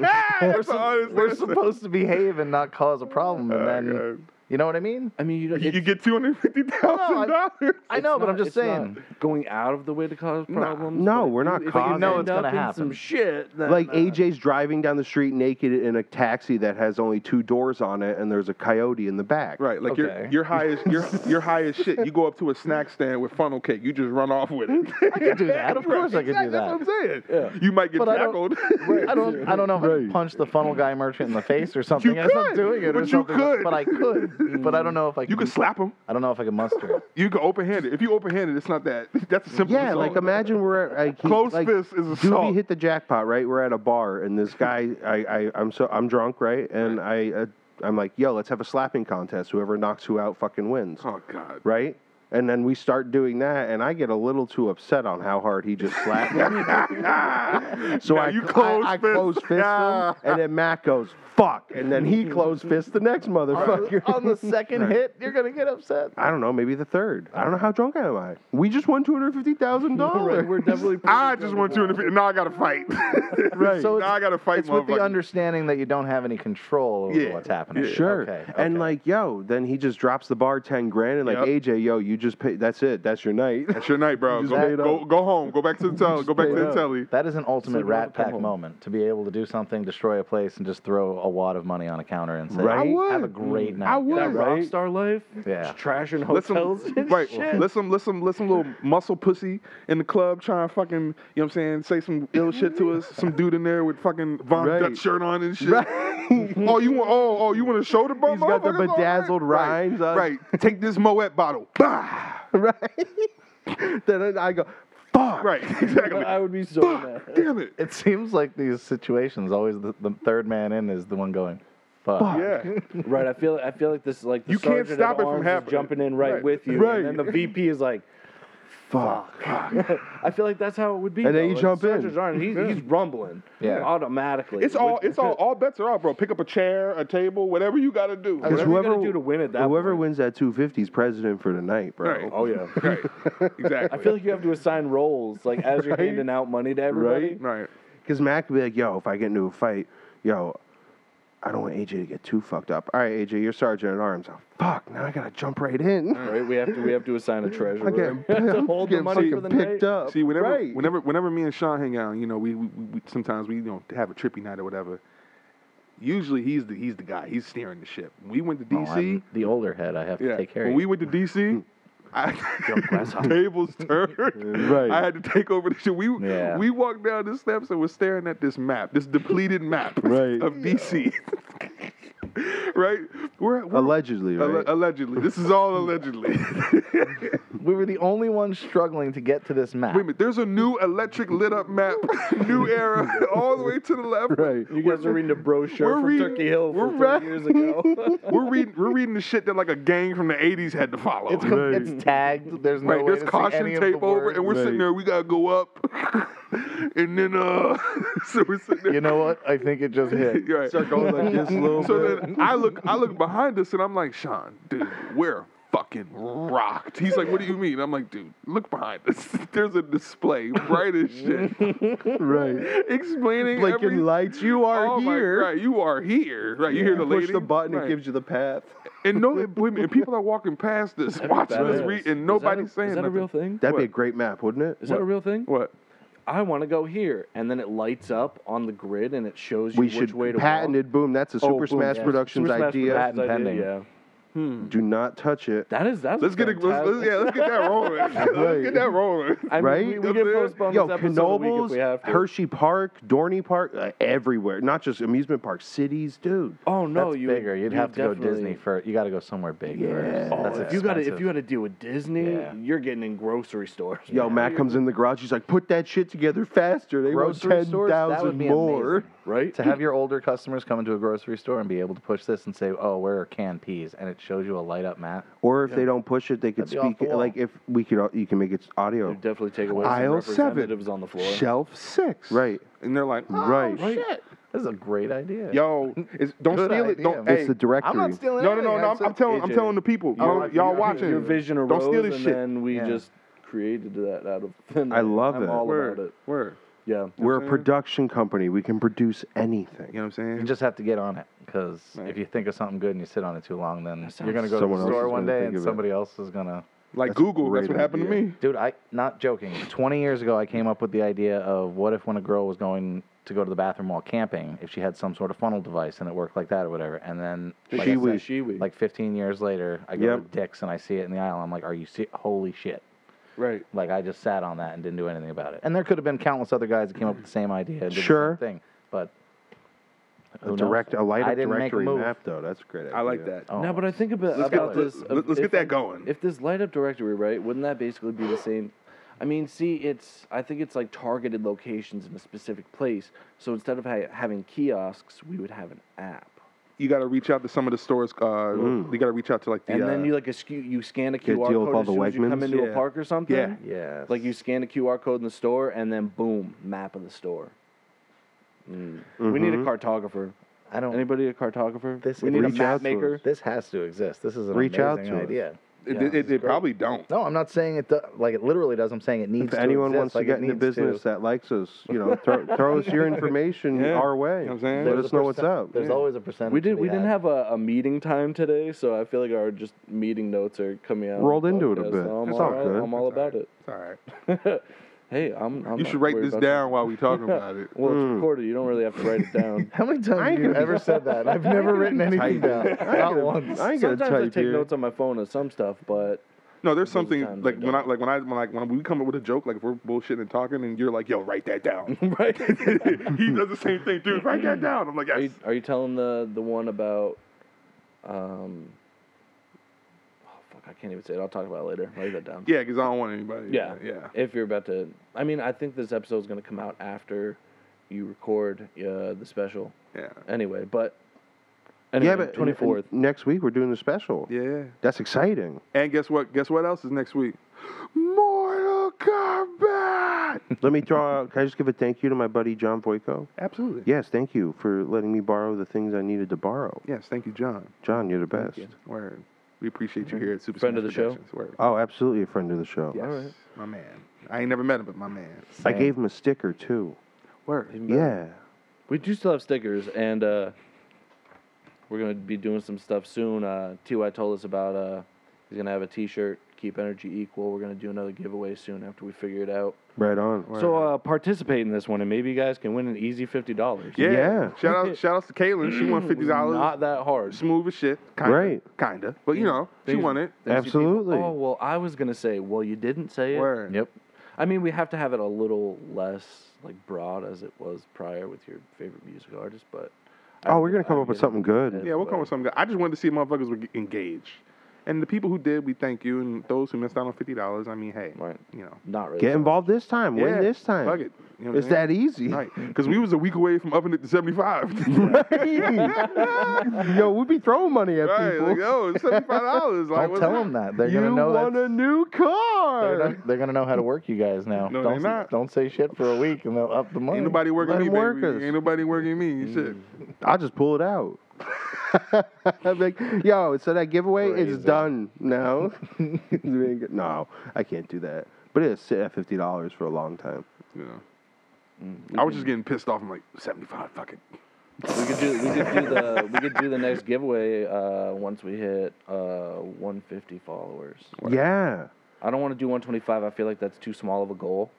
C: <laughs>
D: We're, so,
C: we're supposed to behave and not cause a problem, and then you know what I mean.
A: I mean, you, don't-
D: You
A: it's-
D: get two hundred fifty thousand dollars.
C: I
A: it's
C: know, but
A: not-
C: I'm just
A: it's not
C: saying.
A: going out of the way to cause problems.
B: No,
A: but if
B: we're not
A: you, if
B: causing-
A: You
B: No,
A: end
C: it's gonna
A: up in
C: happen.
A: Some shit. Then,
B: Like
A: uh,
B: AJ's driving down the street naked in a taxi that has only two doors on it, and there's a coyote in the back.
D: Right, like
C: Okay.
D: you're you're high as
C: <laughs>
D: you're you're high as shit. You go up to a snack stand with funnel cake. You just run off with it.
C: I could do that. Of
D: <laughs>
C: course, I could do
D: That's
C: that.
D: what I'm saying.
A: Yeah.
D: You might get
C: But I don't-
D: tackled.
C: <laughs> I don't. I don't know if I
B: Right.
C: could punch the funnel guy merchant in the face or something. as I'm
D: could,
C: doing it or
D: but you
C: something.
D: could.
C: But I
D: <laughs>
C: could. but I don't know if I.
D: you can slap him.
C: I don't know if I could muster. it.
D: You can open handed. If you open handed, it's not that. That's a simple.
B: Yeah,
D: assault.
B: like imagine we're at, like, he-
D: Close
B: like,
D: fist is
B: Doobie
D: assault.
B: hit the jackpot, right? We're at a bar, and this guy, I, I, I'm so I'm drunk, right? And I, uh, I'm like, yo, let's have a slapping contest. Whoever knocks who out, fucking wins,
D: oh God.
B: right? And then we start doing that, and I get a little too upset on how hard he just slapped me.
A: <laughs>
B: so
D: Now
B: I,
D: you
B: I-
D: close
B: I,
D: fist.
B: close fist
D: Yeah.
B: him, and then Matt goes, fuck. And then he closed fist the next motherfucker.
C: <laughs> on the second hit, you're gonna get upset.
B: I don't know, maybe the third. I don't know how drunk I am. I we just won two hundred fifty thousand
A: <laughs>
B: dollars.
A: We're definitely.
D: I just want two hundred fifty. Now I got to fight.
B: Right.
D: So
C: So
D: <laughs> now I got to fight.
C: It's with the
D: motherfucker.
C: understanding that you don't have any control over
D: Yeah,
C: what's happening.
D: yeah.
B: <laughs> Sure.
C: Okay,
B: And
C: okay.
B: like, yo, then he just drops the bar ten grand and like,
D: Yep.
B: AJ, yo, you just pay. That's it. That's your night. <laughs>
D: That's your night, bro.
B: Just
D: Go,
B: made
D: go,
B: up.
D: go home. Go back to
B: <laughs>
D: the telly. Go back to
B: made
D: the
B: up.
D: telly.
C: that is an ultimate
A: Sleep
C: Rat
A: well, come
C: Pack
A: home.
C: moment to be able to do something, destroy a place, and just throw a wad of money on a counter and say,
B: Right? I
C: "Have a
D: would.
C: great night."
D: I
C: guys."
D: would.
A: that rock
B: Right?
A: star life.
C: Yeah.
A: Just trashing
D: Let some,
A: hotels. and
D: right,
A: Shit.
D: let some, let some, let some little muscle pussy in the club trying fucking, you know what I'm saying, say some ill shit to us. Some dude in there with fucking Von
B: Right.
D: Dutch shirt on and shit. <laughs> oh, you want, oh, oh, you want a shoulder bump?
B: He's got the
D: Motherfucker, it's all right.
B: bedazzled uh, rhymes
D: Right,
B: on-
D: right. Take this
B: <laughs>
D: Moet bottle. Bah!
B: right. then I go, fuck.
D: Right, <laughs> exactly.
A: I would be so mad.
D: Fuck, damn it.
C: It seems like these situations always the, the third man in is the one going, "Fuck."
D: Yeah.
A: Right, I feel I feel like this like the
D: You can't
A: sergeant at
D: stop it from
A: arms is
D: happening.
A: jumping in right,
D: Right.
A: with you,
D: Right.
A: and then the VP is like,
B: fuck.
A: <laughs> I feel like that's how it would be.
B: And then
A: though.
B: you
A: Like,
B: jump in.
A: Sergeant's Arn, he's, he's rumbling.
C: Yeah.
A: Automatically.
D: It's all it's all all bets are off, bro. Pick up a chair, a table, whatever you got to do.
A: Whatever you
B: whoever-
A: gotta do to win at that
B: Whoever
A: point.
B: wins that 250 is president for the night, bro.
D: Right.
A: Oh yeah.
D: Right. Exactly.
A: <laughs> I
B: <laughs>
A: feel like you have to assign roles, like as you're
B: Right?
A: handing out money to everybody.
D: right.
B: Because Mac could be like, yo, if I get into a fight, yo, I don't want AJ to get too fucked up. All right, AJ, you're sergeant at arms. Oh, fuck, now I gotta jump right <laughs> in.
A: Right? We have to we have to assign a treasurer <laughs>
B: I'm <laughs>
A: to hold the
B: getting
A: money for
B: fucking
A: the
B: picked
A: night.
B: up.
D: See, whenever,
B: Right.
D: whenever, whenever me and Sean hang out, you know, we, we, we sometimes we you know have a trippy night or whatever. Usually he's the he's the guy. He's steering the ship. When we went to
C: Oh,
D: DC.
C: I'm the older head. I have to
D: yeah.
C: take care
D: when
C: of.
D: we
C: you.
D: went
C: <laughs>
D: to DC, I, <laughs> tables turned.
B: Right.
D: I had to take over the shit. We
C: Yeah.
D: we walked down the steps and were staring at this map, this depleted map
B: <laughs> Right.
D: of DC. <laughs> right? We're, we're
B: Allegedly,
D: alle-
B: right?
A: <laughs>
D: allegedly. This is all allegedly. <laughs>
C: we were the only ones struggling to get to this map.
D: Wait a minute, there's a new electric lit up map, <laughs> new era, <laughs> all the way to the left.
B: right.
A: You guys are reading a brochure
D: We're
A: from
D: reading-
A: Turkey Hill
D: we're
A: from
D: ra-
A: 30 years
D: <laughs>
A: ago.
D: We're reading we're reading the shit that like a gang from the 80s had to follow.
C: It's, com- it's tagged. There's no
D: right,
C: way
D: there's
C: to see
D: caution
C: any
D: tape
C: of the
D: over,
C: words.
D: and we're sitting
B: Right.
D: there. We gotta go up, <laughs> and then uh, <laughs> so we're sitting there.
C: You know what? I think it just <laughs> hit.
D: <laughs> Right.
B: Start going like this a little
D: so
B: bit.
D: then I look, I look behind us, and I'm like, Sean, dude, we're fucking rocked. He's like, what do you mean? I'm like, dude, look behind us. <laughs> There's a display, bright as shit,
B: <laughs> right.
D: explaining
B: Blinking
D: every
B: lights, you are
D: oh
B: here.
D: My, right, you are here. Right, you hear the
B: Push
D: lady.
B: the button,
D: right.
B: it gives you the path.
D: And no, wait a minute, and people are walking past us, watching us
A: Badass. Is
D: read, and
A: that a-
D: nobody's saying
A: Is that
D: nothing.
A: a real thing?
B: That'd
D: What?
B: be a great map, wouldn't it?
A: Is that a real thing?
D: What?
A: I want to go here, and then it lights up on the grid, and it shows you
B: we
A: which
B: should
A: way to
B: patent
A: walk. Oh,
B: it. Boom, that's a Super
A: boom,
B: Smash
A: yes.
B: Productions
A: Super Smash
B: idea.
A: Productions idea,
C: Patent pending.
A: Yeah.
B: Do not touch it.
A: That is that's
D: Let's get it. Let's, let's-
A: fantastic.
D: yeah, let's get that rolling. <laughs> let's get that rolling.
A: I mean,
B: right?
A: we, we
D: Up
A: can
D: there.
A: postpone
B: Yo,
A: this episode a week if we
B: Knobles,
A: have to.
B: Hershey Park, Dorney Park, uh, everywhere. Not just amusement parks, cities, dude.
A: oh no,
C: That's
A: you
C: bigger. You'd
A: you
C: have to go
A: definitely-
C: Disney first. You got to go somewhere big
B: Yeah.
C: first.
A: Oh,
C: That's
A: if you got if
C: expensive.
A: you got to deal with Disney,
C: Yeah.
A: you're getting in grocery stores.
B: Yo, Matt comes in the garage. He's like, "Put that shit together faster. They want
C: Grocery
B: ten
C: stores? That would
B: thousand
C: be
B: more."
C: amazing.
A: right?
C: <laughs> to have your older customers come into a grocery store and be able to push this and say, "Oh, where are canned peas?" and it shows you a light up map.
B: Or if they don't push it, they could
C: That'd be off
B: speak.
C: the
B: it-
C: wall.
B: Like if we could, au- you can make it
A: They'd
B: audio.
A: definitely take away some
D: Aisle seven.
A: representatives on the floor.
D: Shelf six.
B: Right,
D: And they're like, "Oh,
B: right.
C: Shit, this is a great idea.
D: yo, it's, don't
C: Good
D: steal it.
C: idea,
D: Don't.
C: man.
B: It's
D: Hey,
B: the directory.
C: I'm not stealing.
D: no, no, no,
C: anything.
D: no.
C: I
D: I'm,
C: said-
D: I'm telling. I'm
A: AJ,
D: telling the people.
A: Your-
D: Y'all, y'all
A: your-
D: watching.
A: Your vision arose,
D: Don't steal this
A: and
D: shit.
A: then we
C: Yeah.
A: just created that out of thin
B: I
A: air.
B: love
A: I'm
B: it.
A: all
D: Word.
A: about it.
D: Word.
A: Yeah.
B: We're
D: Okay.
B: a production company. We can produce
D: You
B: anything.
D: know what I'm
C: You
D: saying?
C: just have to get on it because
D: Right.
C: if you think of something good and you sit on it too long, then
A: That
C: you're gonna
A: sounds-
C: go
B: Someone
C: to
B: else
C: the store
B: is gonna
C: one day
B: think
C: and
B: of it.
C: somebody else is gonna.
D: like
B: That's a
D: Google. That's
B: great
D: what happened
B: idea.
D: to me.
C: Dude, I not joking. 20 years ago, I came up with the idea of what if when a girl was going to go to the bathroom while camping, if she had some sort of funnel device and it worked like that or whatever. And then, like, I
B: Shiwi.
C: said,
A: Shiwi.
C: like 15 years later, I go
B: Yep.
C: to Dick's and I see it in the aisle. I'm like, are you see? Holy shit!
D: Right.
C: Like I just sat on that and didn't do anything about it. And there could have been countless other guys that came up with the same idea and did
B: Sure.
C: the same thing, but who
B: A
C: knows?
B: direct, a light
C: I
B: up
C: didn't make a
B: directory
C: move.
B: map, though. That's a great. Idea.
D: I like that.
C: Oh.
A: Now, but I think about,
D: Let's get-
A: about
D: let's-
A: this. um,
D: let's- let's
A: if
D: get that
A: I-
D: going.
A: If this light up directory, right, wouldn't that basically be the same? I mean, see, it's I think it's like targeted locations in a specific place. So instead of ha- having kiosks, we would have an app.
D: You got to reach out to some of the stores. Uh, You got to reach out to like the.
A: Mm. And then
D: uh,
A: you like a skew, you scan a
B: Good
A: QR
B: deal with
A: code
B: all
A: as
B: the
A: soon as you come
B: Wegmans?
A: into a
D: Yeah.
A: park or something.
D: Yeah.
C: Yeah.
A: Like you scan a QR code in the store, and then boom, map of the store. Mm. We need a
B: Mm-hmm.
A: cartographer.
C: I don't.
A: Anybody a cartographer?
C: This
A: we need a
C: reach
A: map
B: out to us.
A: maker.
C: this has to exist. This is an
B: Reach out
C: amazing
B: to us.
C: idea.
D: it,
A: yeah,
D: it- it probably don't.
C: No, I'm not saying it. Do- like it literally does. I'm saying it needs.
B: If
C: to
B: anyone
C: exist,
B: wants to
C: like, it
B: get into
C: needs to.
B: business that likes us, you know,
D: <laughs>
B: throw, throw us your information
D: Yeah.
B: our way.
D: You know what I'm saying?
B: Let
C: There's
B: us
C: a
B: know what's
C: percent-
B: up.
C: There's always a percentage.
A: We did.
C: to
A: We
C: be
A: didn't
C: had.
A: have a, a meeting time today, so I feel like our just meeting notes are coming out. on
B: Rolled
A: the
B: into it a
A: podcast,
B: bit.
A: so I'm
B: It's
A: all
B: all
A: right-
B: good.
A: I'm all about it.
D: It's all right.
A: Hey, I'm. I'm
D: You
A: not
D: should write
A: worried
D: this
A: about that.
D: down while
A: <laughs>
D: we talking about it.
A: Well, it's
B: Mm.
A: recorded. You don't really have to write it down.
C: How many times have you ever said that? I've never written anything down. Not
B: <laughs>
C: once.
B: I ain't gonna
A: Sometimes I
B: type
A: take
B: here.
A: notes on my phone of some stuff, but <laughs>
D: No, there's something
A: times
D: like
A: I
D: when I like when I when, like when we come up with a joke, like if we're bullshitting and talking, and you're like, "Yo, write
A: <laughs>
D: that down." <laughs>
A: right.
B: <laughs>
D: he does the same thing, dude. Write that down. I'm like,
A: Are
D: yes.
A: you, are you telling the the one about? Um, oh fuck! I can't even say it. I'll talk about it later. Write that down.
D: Yeah, because I don't want anybody.
A: Yeah.
D: yeah.
A: If you're about to, I mean, I think this episode is going to come out after you record uh, the special.
D: Yeah.
A: Anyway, but anyway,
B: yeah, but
A: twenty fourth.
B: n- n- next week we're doing the special.
D: Yeah.
B: That's exciting.
A: <gasps>
D: And guess what? Guess what else is next week? Mortal
A: <laughs>
D: combat.
B: Let me draw. Can I just give a thank you to my buddy John Voico?
D: Absolutely.
B: Yes, thank you for letting me borrow the things I needed to borrow.
D: Yes. Thank you, John.
B: John, you're the best.
D: Thank you. Word. We appreciate you here at Super
A: Mm-hmm. Friend
D: Smash
A: of the show?
D: Productions. Word.
B: Oh, absolutely a friend of the show.
D: Yes.
A: Alright.
D: My man. I ain't never met him, but my man.
B: I gave him a sticker too.
D: Word.
B: Yeah.
A: We do still have stickers, and uh, we're gonna be doing some stuff soon. Uh, Ty told us about uh, he's gonna have a T-shirt. Keep energy equal. We're gonna do another giveaway soon after we figure it out.
B: Right on.
D: Word.
A: So uh, participate in this one, and maybe you guys can win an easy fifty dollars.
D: Yeah.
B: Yeah.
D: Shout out, shout out to Caitlin. She won
B: <clears throat>
D: fifty dollars.
A: Not that hard.
D: Smooth as shit. Kinda,
B: Right.
D: Kinda. But you know, she
A: Things-
D: won it.
A: things you people-
B: Absolutely.
A: Oh well, I was gonna say, well, you didn't say it.
D: Word.
C: Yep.
A: I mean, we have to have it a little less like broad as it was prior with your favorite music artist, but. I-
B: Oh, we're gonna come
A: I
B: up with
A: get it.
B: something good.
D: Yeah, we'll come with something. good. I just wanted to see if motherfuckers would engage. And the people who did, we thank you. And those who missed out on fifty dollars, I mean, hey,
A: Right.
D: you know,
A: Not really.
B: Get involved this time.
D: Yeah,
B: Win this time.
D: Fuck it. You know what
B: It's
D: I'm saying?
B: that easy.
D: Right. Because we was a week away from upping it to <laughs> 75.
B: <laughs> Yo, we be throwing money at
D: right.
B: people.
D: Like, oh, yo, it's $75. like,
C: Don't
D: what's
C: tell
D: up?
C: them that. They're
B: you
C: gonna know
B: want
C: that.
B: a new
C: They're,
B: car.
C: gonna- they're gonna know how to work you guys now.
D: No, they're
C: don't,
D: not.
C: don't say shit for a week and they'll up the money.
D: Ain't nobody working
B: Let
D: me,
B: them work
D: baby.
B: us. Mm.
D: Ain't nobody working me. Shit.
B: I'll just pull it out. <laughs> I'm like, yo, so that giveaway is done
D: <laughs>
B: now. <laughs> no, I can't do that. But it'll sit at fifty dollars for a long time.
D: You know.
B: Mm.
D: I was just getting pissed off. I'm like, 75, fuck it.
A: We could do we could do the we could do the next giveaway uh, once we hit uh, 150 followers.
B: Yeah.
A: I don't want to do 125. I feel like that's too small of a goal.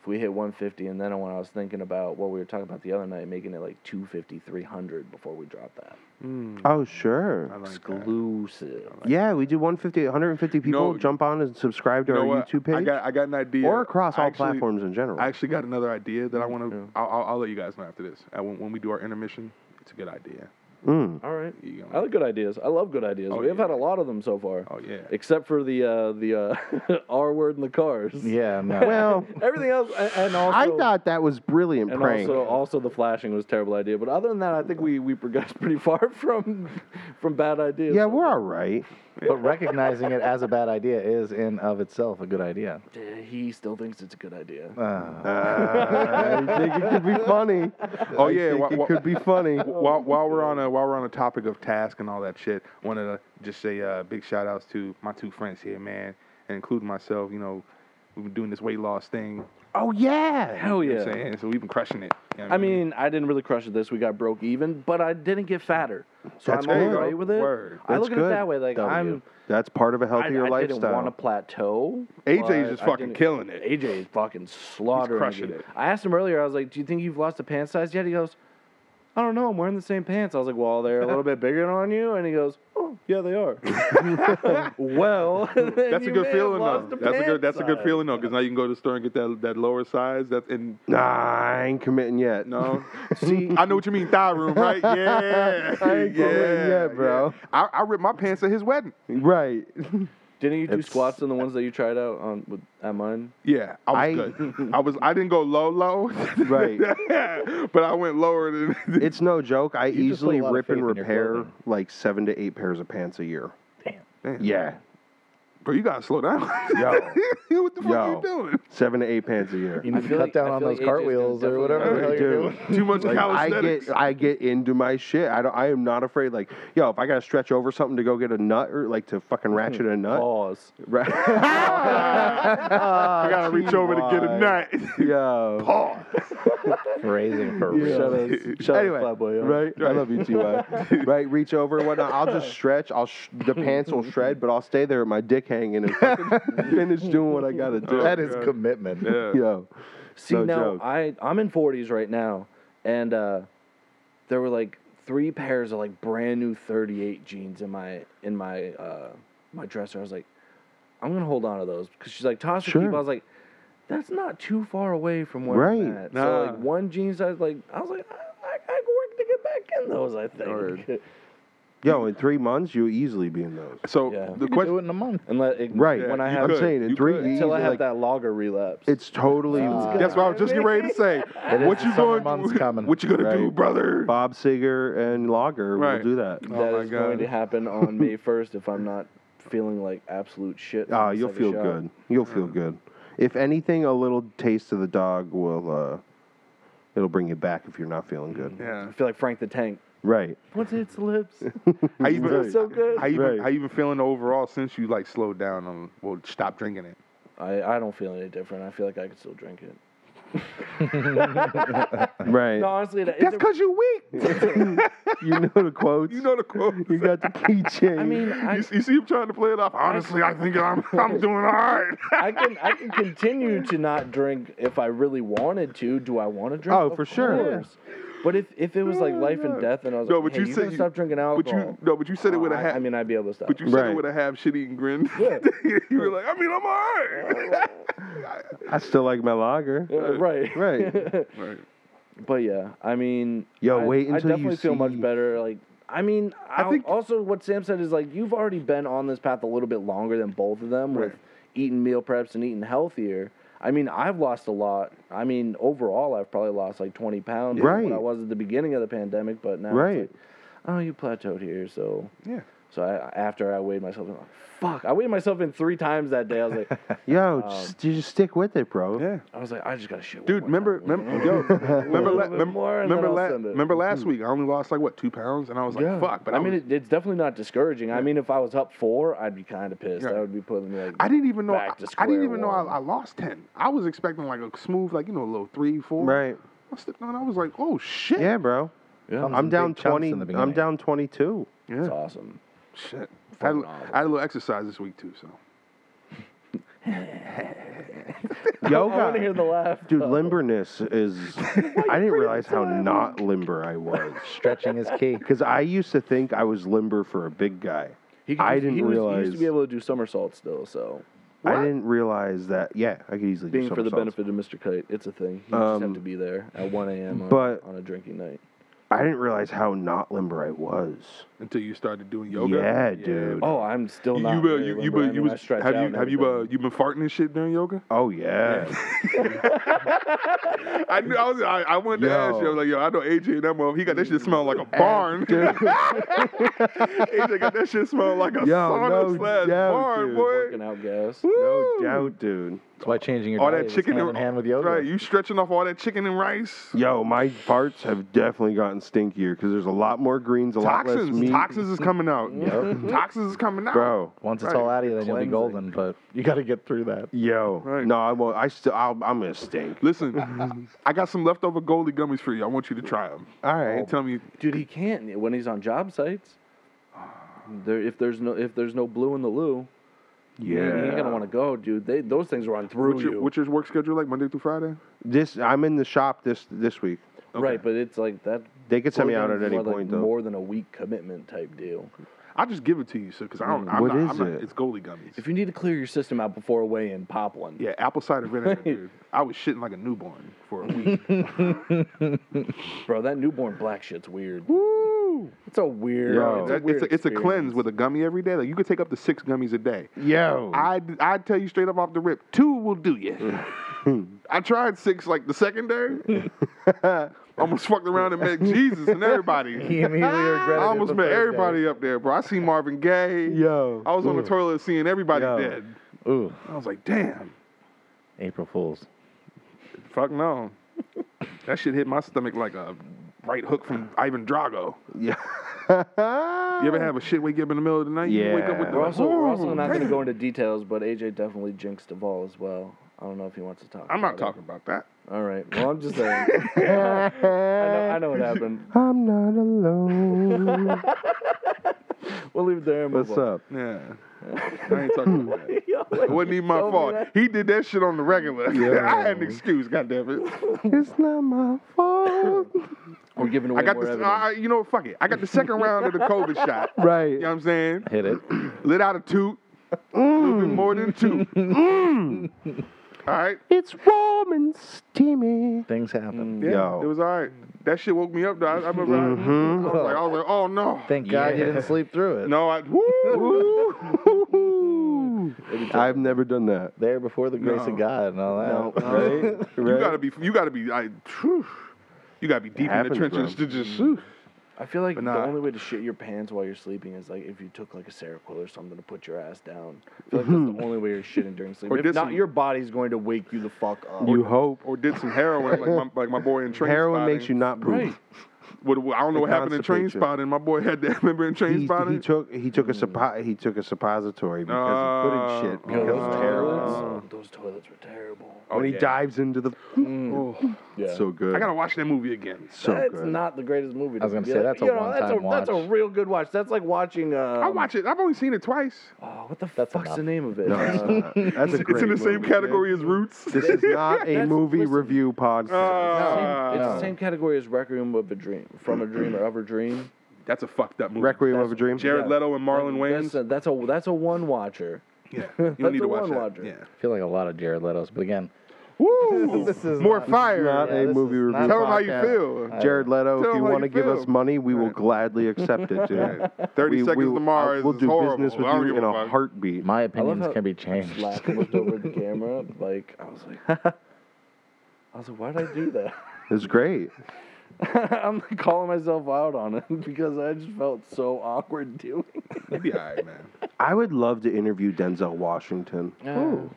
A: If we hit 150, and then when I was thinking about what we were talking about the other night, making it like 250, 300 before we drop that.
B: Oh
D: Hmm. I
B: sure.
D: like that.
A: Exclusive.
B: Yeah, we do 150, 150 people
D: No.
B: jump on and subscribe to
D: You know
B: our
D: what?
B: YouTube page
D: I got, I got an idea.
B: or across
D: I
B: all
D: actually-
B: platforms in general.
D: I actually got another idea that I want to. I'll, I'll, I'll let you guys know after this. Uh, when, when we do our intermission, it's a good idea. <laughs>
B: Mm.
A: All right.
D: You know.
A: I like good ideas. I love good ideas.
D: Oh,
A: We've
D: yeah.
A: had a lot of them so far.
D: Oh, yeah.
A: Except for the uh, the uh, <laughs> R word in the cars.
C: Yeah, no.
B: Well,
A: Everything else, a- and also
B: I thought that was brilliant
A: And
B: prank.
A: also, also the flashing was a terrible idea. But other than that, I think we, we progressed <laughs> pretty far from from bad ideas.
B: yeah, we're all right.
C: <laughs> but recognizing it as a bad idea is in of itself a good idea.
A: Uh, He still thinks it's a good idea.
C: Uh,
B: I think it <laughs> could be funny.
D: Oh,
B: I
D: yeah,
B: think
D: wha-
B: it
D: wha-
B: could be funny.
D: <laughs> while, while we're on a while we're on a topic of task and all that shit, wanted to just say uh, big shout outs to my two friends here, man, and including myself. You know, we've been doing this weight loss thing.
B: Oh yeah.
A: Hell
D: you know
A: yeah!
D: what I'm saying? So we've been crushing it. you know what
A: I mean, I didn't really crush it this week. I broke even, but I didn't get fatter, so
B: That's
A: I'm
B: good.
A: all right with it.
D: Word.
A: I
B: That's
A: look at it
B: good.
A: that way. Like
C: W.
A: I'm
B: That's part of a
A: I, I
B: healthier
A: didn't
B: lifestyle.
A: want to plateau.
D: AJ's
A: but
D: just
A: I
D: fucking
A: didn't-
D: killing it.
A: AJ is fucking slaughtering.
D: crushing
A: again.
D: it.
A: I asked him earlier. I was like, "Do you think you've lost a pant size yet?" He goes, "I don't know. I'm wearing the same pants." I was like, "Well, they're a
D: <laughs>
A: little bit bigger on you," and he goes, "Oh, yeah, they are." well,
D: <laughs>
A: <laughs>
D: That's a good feeling though. That's a good that's a good feeling though, because now you can go to the store and get that that lower size. That's and
B: Nah, I ain't committing yet.
D: <laughs> no.
A: See,
D: I know what you mean, thigh room, <laughs> right? Yeah,
B: I ain't
D: yeah,
B: going yet, bro.
D: yeah. I, I ripped my pants at his wedding.
B: Right.
A: didn't you do
C: It's-
A: squats on the ones that you tried out on with at mine?
D: Yeah, I was
B: I-
D: <laughs> good. I was. I didn't go low, low. <laughs>
B: Right.
D: but I went lower than.
B: <laughs>
D: <laughs>
B: It's no joke. I
C: You just put a
B: easily
C: lot of
B: rip and
C: faith in your
B: repair
C: clothing.
B: like seven to eight pairs of pants a year.
D: Damn.
B: Yeah.
D: Bro, you gotta slow down. <laughs>
B: Yo.
D: what the fuck are
B: Yo.
D: you doing?
B: <laughs> Seven to eight pants a year.
C: you need to
A: feel
C: cut
A: like-
C: down
A: I
C: on
A: feel
C: those
A: like AJ's
C: cartwheels
A: gonna
C: or whatever the hell
B: definitely-
C: you're
B: Dude.
C: doing.
D: Too much
B: Like, I
D: calisthenics. <laughs>
B: get I get into my shit. I don't I am not afraid like, yo, if I gotta stretch over something to go get a nut or like to fucking ratchet
C: <laughs>
B: a nut. <laughs>
A: Pause.
B: Right.
D: Ah. I <laughs> gotta reach over to get a nut.
B: <laughs> yo.
D: Pause.
C: Raising for real.
A: Shut us. Shut
B: anyway,
A: us, Flatboy. up.
B: right? I love you, Ty.
D: <laughs>
B: right? Reach over and whatnot. I'll just stretch. I'll sh- the pants will shred, but I'll stay there with my dick hanging and
D: <laughs>
B: fucking finish doing what I gotta do.
C: That is commitment.
D: <laughs> Oh, Yeah.
B: yo.
A: See
B: No
A: now,
B: joke.
A: I I'm in 40s right now, and uh, there were like three pairs of like brand new 38 jeans in my in my uh, my dresser. I was like, I'm gonna hold on to those because she's like, toss or
B: Sure.
A: keep. I was like, that's not too far away from where I'm
B: Right.
A: at. So like
D: Nah.
A: one jeans, I was like, I was like, I, I, I can work to get back in those. I think. <laughs>
B: Yo, in three months you'll easily be in those.
D: So
A: Yeah.
D: the
C: You could do
D: question.
C: it in a month.
A: Unless it,
B: Right.
A: when I
D: you
A: have
B: I'm
D: could.
B: saying in
D: You
B: three
D: could.
B: years.
A: until I have
B: like,
A: that logger relapse.
B: It's totally
D: That's what I was just getting ready to say.
C: is
D: what
C: the summer
D: you going
C: months
D: to
C: coming.
D: What you gonna do,
B: Right.
D: brother?
B: Bob Seger and Lager
D: Right.
B: will do that.
D: Oh
A: That is
D: my
A: going
D: God.
A: to happen on
D: <laughs>
A: May 1st if I'm not feeling like absolute shit. from
B: Ah,
A: the
B: you'll
A: second
B: feel
A: shot.
B: good. You'll feel good. if anything, a little taste of the dog will uh, it'll bring you back if you're not feeling good.
D: Yeah.
A: I feel like Frank the Tank.
B: Right.
A: What's its lips? <laughs>
D: How you
A: Feels
D: been,
A: so good.
D: how you
B: Right.
D: been, how you been feeling overall since you like slowed down on well stop drinking it?
A: I, I don't feel any different. I feel like I could still drink it.
B: Right.
A: No, honestly, that,
D: That's
A: it-
D: because you're weak.
B: <laughs> You know the quotes.
D: <laughs> you know the quote.
B: You got the keychain.
A: I
D: <laughs>
A: mean, I,
D: you, you see him trying to play it off. Honestly, I
A: <laughs>
D: think I'm I'm doing all right.
A: I can I can continue to not drink if I really wanted to. Do I want to drink?
B: Oh,
A: Of
B: for sure.
A: course. But if, if it was like
D: Oh,
A: life
D: yeah.
A: and death, and I was
D: No,
A: like,
D: but
A: hey,
D: you
A: you
D: said
A: gotta
D: you-
A: stop drinking
D: But you
A: alcohol.
D: no, but you said it with a
A: I-
D: half.
A: I mean, I'd be able to stop.
D: but you said
B: Right.
D: it with a half shitting grin.
A: Yeah.
D: <laughs> you were like, I mean, I'm all right.
B: I still like my lager.
A: Uh, <laughs> right. <laughs>
B: Right.
D: <laughs> Right.
A: But yeah, I mean,
B: Yo,
A: I,
B: wait
A: I
B: until you
A: definitely feel much
B: see-
A: better. Like, I mean, i
D: think-
A: also what Sam said is like you've already been on this path a little bit longer than both of them with
D: Right.
A: eating meal preps and eating healthier. I mean, I've lost a lot. I mean, overall, I've probably lost like twenty pounds. from
B: Right.
A: What I was at the beginning of the pandemic, but now, it's
B: Right.
A: like, oh, you plateaued here, so.
D: Yeah.
A: So I, after I weighed myself, in, like, fuck, I weighed myself in three times that day. I was
B: <laughs>
A: like,
B: Yo, just, you just stick with it, bro.
D: Yeah.
A: I was like, I just got to shit. one
D: Dude,
A: more
D: remember,
A: time. <laughs>
D: remember, yo, remember,
A: little
D: la-
A: bit
D: remember,
A: more and then
D: remember,
A: I'll
D: la-
A: send it. Mm-hmm.
D: remember last week? I only lost like what two pounds, and I was like, "Fuck!" But
A: I,
D: I,
A: mean,
D: was-
A: it, it's definitely not discouraging. I mean, if I was up four, I'd be kind of pissed.
D: Yeah.
A: I would be putting like.
D: I didn't even know. I,
A: back to
D: I didn't
A: square
D: even know I,
A: one.
D: I lost ten. I was expecting like a smooth, like you know, a little three, four.
B: Right.
D: I stepped on. I was like, "Oh shit!"
B: Yeah, bro.
A: Yeah,
C: Some
B: I'm
C: big
B: down
C: chunks in
B: 20.
C: the beginning.
B: I'm down 22.
A: it's
D: yeah.
A: awesome.
D: Shit. I had, a- I had a little exercise this week too, so
A: <laughs> I want to hear the
B: Yoga.
A: laugh.
B: Dude, limberness is.
A: <laughs>
B: I didn't realize how not limber I was.
A: <laughs>
C: Stretching is key.
B: Because I used to think I was limber for a big guy.
A: He could
B: I
A: just- he
B: didn't
A: was- He used
B: realize.
A: to be able to do somersaults still. So,
B: I didn't realize that. Yeah, I could easily
A: being
B: do
A: for the
B: somersaults.
A: benefit of Mr. Kite, it's a thing. You just
B: Um,
A: have to be there at 1 a.m. on-
B: but-
A: on a drinking night.
B: I didn't realize how not limber I was.
D: until you started doing yoga.
B: Yeah, dude.
A: Oh, I'm still
D: You,
A: not.
D: you, uh,
A: very
D: you, you,
A: limber. I
D: been- you
A: mean, I
D: was,
A: stretch
D: have
A: out
D: you
A: and
D: have you uh,
A: everything.
D: you been farting and shit during yoga?
B: Oh yeah.
D: I knew I was I, I wanted to ask you. I was like, yo, I know AJ and that motherfucker. He got that shit smelling like a barn. <laughs> AJ got that shit smelling like a
B: Yo,
D: sauna
B: no
D: slash
B: doubt,
D: barn,
B: dude.
D: boy.
A: working out gas?
B: no
D: Woo.
B: doubt, dude.
C: That's why changing your
D: All
C: diet
D: that chicken
C: is hand in
D: and
C: hand with yoga.
D: Right, you stretching off all that chicken and rice.
B: Yo, my farts have definitely gotten stinkier because there's a lot more greens, a lot less
D: Toxins,
B: meat.
D: toxins is coming out. Toxins is coming out.
B: Bro,
C: Once it's
D: Right.
C: all out of you, then you'll be
A: Cleansing.
C: golden. But you got to get through <laughs> that.
B: yo,
D: Right.
B: no, I won't. I still, I'll, I'm gonna stink.
D: Listen, I got some leftover goalie gummies for you. I want you to try them.
B: All right.
D: tell me.
A: Dude, he can't when he's on job sites. <sighs> There, if there's no if there's no blue in the loo,
B: yeah.
A: you ain't gonna want to go, dude. They those things run through
D: What's
A: you.
D: your, what's your work schedule like Monday through Friday?
B: This, I'm in the shop this this week.
A: Right, but it's like that.
B: They could send me out
A: program's
B: at any
A: more like
B: point though.
A: More than a week commitment type deal.
D: I'll just give it to you, so because I don't. I'm
B: What
D: not,
B: is
D: I'm not-
B: it?
D: it's goalie gummies.
A: If you need to clear your system out before a weigh in, pop one.
D: Yeah, apple cider vinegar, dude. I was shitting like a newborn for a week.
A: Bro, that newborn black shit's weird.
D: Woo!
A: It's a weird.
B: Yo.
A: it's, a
D: That-
A: weird
D: it's, a, it's a cleanse
A: experience.
D: with a gummy every day. Like you could take up to six gummies a day.
B: Yo,
D: I I tell you straight up off the rip, two will do you. I tried six like the second day. almost fucked around and met Jesus and everybody.
C: <laughs> He immediately
D: I
C: regretted it
D: almost
C: the
D: met
C: first day.
D: everybody up there, bro. I see
B: <laughs>
D: Marvin Gaye.
B: yo,
D: I was on the toilet seeing everybody
B: Yo.
D: dead.
C: Ooh,
D: I was like, damn,
C: April Fools.
D: fuck no. that shit hit my stomach like a right hook from Ivan Drago.
B: yeah.
D: You ever have a shit wake up in the middle of the night? You wake up with
B: Yeah.
D: the
A: We're also, we're also
D: Ooh,
A: not going to
D: damn.
A: go into details, but AJ definitely jinxed the ball as well. I don't know if he wants to talk.
D: I'm not
A: about
D: talking about
A: it.
D: that.
A: All right. Well, I'm just
B: <laughs>
A: saying. I, know, I know what happened.
B: <laughs> I'm not alone.
A: We'll leave it there. And move
B: What's
A: on.
B: up?
D: Yeah. I ain't talking about that.
A: Yo,
D: It wasn't even my
A: Don't do
D: fault.
A: that.
D: He did that shit on the regular. <laughs> I had an excuse, goddammit.
B: It's not my fault.
A: <laughs> We're giving away
D: I got uh,
A: more
D: the,
A: evidence.
D: I, you know, fuck it. I got the second round of the
A: <laughs>
D: COVID shot.
B: right.
D: You know what I'm saying?
C: Hit it.
D: Lit out a toot. A little
A: Mm.
D: bit more than two.
A: <laughs>
D: All right.
B: It's warm and steamy.
C: Things happen.
D: Yeah,
B: Yo.
D: It was all right. That shit woke me up, though. I, I remember I-
B: Mm-hmm.
D: I, was like, I was like, oh, no.
C: Thank God you didn't sleep through it.
D: no, I, woo.
B: I've never done that.
C: There before the grace
D: No.
C: of God and all that.
D: <laughs>
B: Right?
D: You gotta be, you gotta be, I, phew. you gotta be deep in the
B: happens,
D: trenches
B: bro.
D: to just, phew.
A: I feel like
D: But
A: the
D: nah.
A: only way to shit your pants while you're sleeping is like if you took like a Seroquel or something to put your ass down. I feel like that's the only way you're shitting during sleep.
D: Or
A: if
D: did
A: not,
D: some-
A: your body's going to wake you the fuck up.
B: You hope.
D: Or did some heroin, like my, like my boy in train
B: Heroin
D: Spotting.
B: makes you not poop.
A: right.
D: What, what- I don't know
B: It
D: what happened in train
B: constipates you.
D: spotting. My boy had that. <laughs> Remember in train
B: He,
D: spotting?
B: he
D: Mm.
B: took he took a suppo- he took a suppository because he couldn't shit
D: Oh.
A: Yo,
B: <laughs> because
A: those
B: of
A: toilets,
D: Uh,
B: heroin.
A: Oh, those toilets were terrible.
B: When he
D: yeah.
B: dives into the
D: Oh,
A: Yeah.
B: so good,
D: I gotta watch that movie again.
B: so
A: that's
B: good.
A: not the greatest movie. To
C: was gonna
A: be
C: say,
A: like,
C: that's a
A: you know, that's a
C: one-time
A: that's a
C: watch.
A: real good watch. That's like watching. Um,
D: I watch it. I've only seen it twice.
A: Oh, what the
C: That's
A: fuck's the
C: enough.
A: name of it?
B: No,
A: Uh, <laughs>
B: it's not. That's a
D: It's
B: great
D: in the same
B: movie.
D: category as Roots. Uh,
B: This
D: <laughs>
A: <laughs>
B: is not a
A: That's-
B: movie
A: listen.
B: review podcast.
A: Same-
D: Ah,
A: it's the same category as Requiem of a Dream, from a dream or of a dream.
D: that's a fucked up movie.
B: Requiem of a Dream.
D: Jared
A: Yeah.
D: Leto and Marlon
A: That's
B: <laughs>
D: Wayans.
A: a, that's a that's a one watcher.
D: Yeah, you
A: that's
D: don't need
A: a
D: to watch
A: one-watcher.
D: that. Yeah.
C: I feel like a lot of Jared Leto's, but again,
D: Woo!
C: This is
D: more
C: not-
D: fire.
B: Not
C: Yeah,
B: a
C: this
B: movie
C: is
B: review.
C: not
D: Tell them how you
C: podcast.
D: feel.
B: Jared Leto,
D: Tell
B: if you
D: 'em how
B: want to
D: you
B: give
D: feel.
B: us money, we will
D: Right.
B: gladly accept it. Dude.
D: <laughs> Right. 30
B: We-
D: Seconds
B: we,
D: to Mars
B: We'll
D: is
B: do
D: horrible.
B: business with
D: I don't
B: you
D: give
B: in
D: a
B: a
D: fuck.
B: heartbeat.
C: my opinions
A: how
C: can be changed.
A: Slack looked over the camera, like I was like, <laughs> I was like, why did I do that? <laughs>
B: It's great.
A: I'm like calling myself out on it <laughs> because I just felt so awkward doing. it.
D: You'll be all right, man.
B: I would love to interview Denzel Washington.
A: Ooh,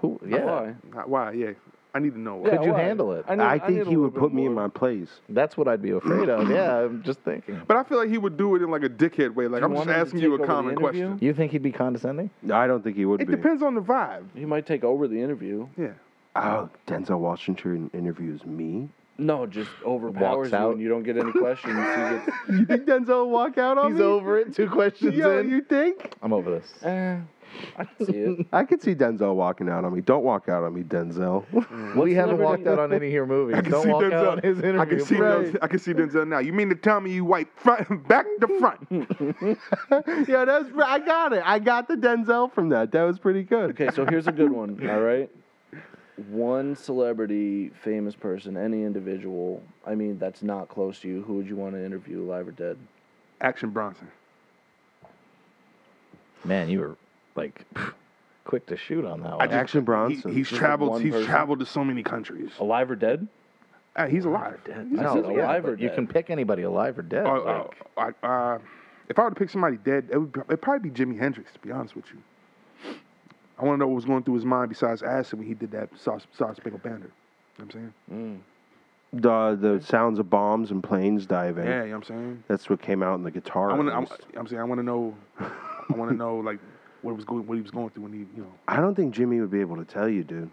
C: Who? Yeah.
A: why?
D: Not- Why? Yeah. I need to know. why.
C: Could you handle it?
A: I, need,
B: I
A: need a
B: think he
A: little
B: would
A: bit
B: put me in
A: more.
B: my place.
C: That's what I'd be afraid of. Yeah, I'm just thinking.
D: But I feel like he would do it in like a dickhead way. Like
A: Do you
D: I'm just
A: want him to
D: asking you
A: take over
D: a
A: the
D: common
A: interview?
D: question.
C: You think he'd be condescending?
B: I don't think he would
D: It
B: be.
D: depends on the vibe.
A: He might take over the interview.
D: Yeah.
B: Oh, Denzel Washington interviews me.
A: No, just overpowers you
C: out.
A: and you don't get any questions. He gets,
B: You think Denzel will walk out on me?
C: over it. Two questions
B: Yo, you think?
C: I'm over this.
A: eh, I can see it.
B: I could see Denzel walking out on me. Don't walk out on me, <laughs> Denzel.
C: we haven't
A: celebrity-
C: walked out on any of your movies.
D: <laughs> I can
C: Don't
D: see
C: walk out
D: Denzel-
C: on his interview.
D: I can see Denzel, I can see Denzel now. You mean to tell me you wipe front <laughs> back
A: <laughs>
D: to front?
B: yeah, that's. I got it. I got the Denzel from that. That was pretty good.
A: Okay, so here's a good one. All right. One celebrity, famous person, any individual, I mean, that's not close to you, who would you want to interview, live or dead?
D: Action Bronson.
C: Man, you were like <sighs> quick to shoot on that one.
D: I just-
B: Action Bronson.
D: He, he's
A: Just
D: traveled.
A: one
D: He's
A: person.
D: traveled to so many countries.
B: Oh,
A: Alive or dead?
D: Uh, he's alive. He's
C: no,
A: says
C: yeah,
A: alive
C: but
A: or
C: you
A: dead.
C: can pick anybody alive or dead.
D: Uh, uh,
C: like,
D: I- uh, if I were to pick somebody dead, it would it'd probably be Jimi Hendrix. To be honest with you, I want to know what was going through his mind besides acid when he did that sauce, sauce Spangled Banner. You know what I'm saying?
B: The, the sounds of bombs and planes diving.
D: Yeah, you know what I'm saying.
B: That's what came out in the guitar.
D: I
B: I,
D: want to. I'm, I'm saying I want to know. I want to know like what was going, what he was going through when he, you know,
B: I don't think Jimmy would be able to tell you, dude.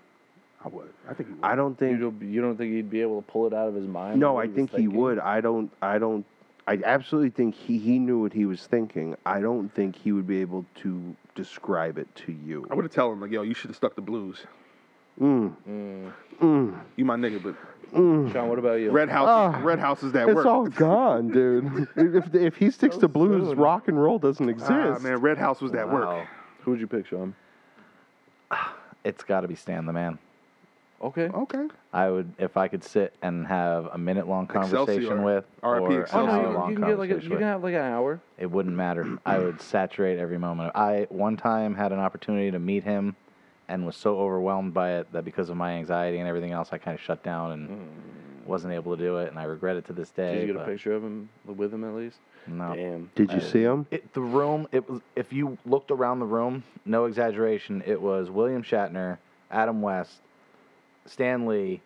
D: I would. I think he would.
B: I don't
A: You
B: think.
A: don't, you don't think he'd be able to pull it out of his mind?
B: no,
A: what
B: I
A: was
B: think he
A: thinking?
B: would. I don't. I don't. I absolutely think he, he knew what he was thinking. I don't think he would be able to describe it to you.
D: I would have tell him like, yo, you should have stuck to blues.
B: Mm.
D: You my nigga, but
A: Sean, what about you?
D: Red House, Red House is that
B: Ah. It's
D: work.
B: all gone, dude. if, if he sticks to blues, rock and roll doesn't exist.
D: ah, man, Red House was that
C: wow.
D: work.
A: Who would you pick, Sean?
C: It's got to be Stan the Man.
B: Oh,
A: Okay.
D: Okay.
C: I would, if I could sit and have a minute long conversation
D: Excelsior.
C: with,
D: R.I.P.
C: or an
A: Oh,
D: Excelsior.
C: hour
A: no,
C: long
A: you, you, can get like a,
C: conversation
A: you
C: with,
A: can have like an hour.
C: it wouldn't matter. I
A: <clears throat>
C: would saturate every moment. I one time had an opportunity to meet him, and was so overwhelmed by it that because of my anxiety and everything else, I kind of shut down and wasn't able to do it, and I regret it to this day.
A: Mm. Did you get a
C: but
A: picture of him, with him at least?
C: No.
A: Damn.
B: Did you see him?
C: It, the room, it was. If you looked around the room, no exaggeration, it was William Shatner, Adam West, Stan Lee,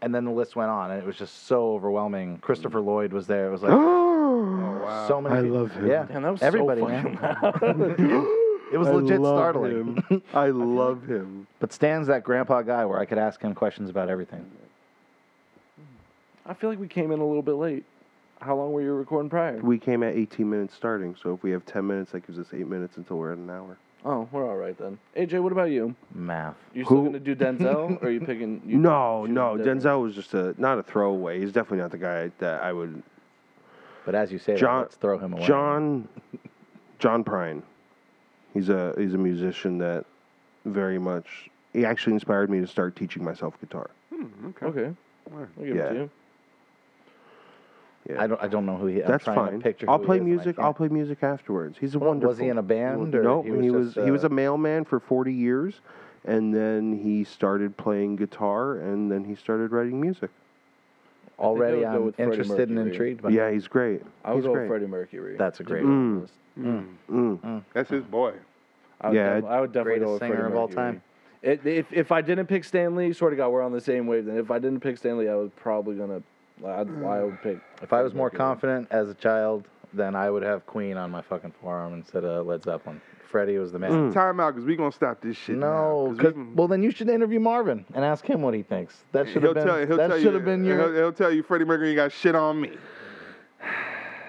C: and then the list went on, and it was just so overwhelming. Christopher Lloyd was there. It
B: <gasps>
C: was like
D: Oh, wow.
C: so many.
B: I
C: peop-
B: love him.
C: Yeah,
A: Damn, that was so
C: everybody.
A: fucking
C: man.
A: <laughs>
C: <laughs> it was
B: I
C: legit
B: love
C: startling.
B: him. I love him.
C: But Stan's that grandpa guy where I could ask him questions about everything.
A: I feel like we came in a little bit late. How long were you recording prior?
B: We came at 18 minutes starting, so if we have 10 minutes, that gives us 8 minutes until we're at an hour.
A: Oh, we're all right then. AJ, what about you?
C: Math.
A: You still
B: Who-
A: gonna do Denzel, or are you
B: <laughs>
A: picking? You
B: No,
A: choosing
B: no,
A: different?
B: Denzel was just a not a throwaway. He's definitely not the guy that I would.
C: But as you say,
B: John-
C: that, let's throw him away.
B: John, John Prine. He's a he's a musician that very much he actually inspired me to start teaching myself guitar.
D: Hmm, okay.
A: Okay,
D: Alright.
A: I'll give it
B: Yeah.
A: to you.
C: I don't. I don't know who he. I'm
B: That's
C: trying to
B: fine.
C: picture
B: I'll
C: who he
B: play
C: is and I
B: music.
C: can't.
B: I'll play music afterwards. He's a
C: Well, was
B: wonderful.
C: he in a band, or
B: no,
C: he was
B: he was
C: just,
B: he was
C: uh,
B: a mailman for forty years, and then he started playing guitar, and then he started writing music.
C: Already
A: I would go
C: I'm
A: with Freddie
C: interested and
A: Mercury.
C: intrigued by
B: yeah, he's great.
A: I would
B: he's
A: go
B: great.
A: with Freddie Mercury.
C: That's a
A: to
C: great
A: be
B: one.
A: honest.
B: Mm.
D: That's his boy.
A: I would,
B: Yeah,
A: def- I would definitely go
C: greatest
A: with
C: singer
A: Freddie
C: of all
A: Mercury.
C: time.
A: It, if if I didn't pick Stanley, sort of God, we're on the same wave. Then if I didn't pick Stanley, I was probably gonna. I'd, I would pick.
C: If I was
A: Freddie
C: more
A: Mercury.
C: confident as a child, then I would have Queen on my fucking forearm instead of Led Zeppelin. Freddie was the
B: Hmm.
C: man.
D: Time out, because we going to stop this shit.
C: No,
D: now,
C: 'cause-
D: we-
C: well then you should interview Marvin and ask him what he thinks. That should
D: He'll
C: have been.
D: tell you. He'll
C: that
D: tell
C: should
D: you.
C: have been
D: He'll,
C: your.
D: he'll tell you Freddie Mercury got shit on me.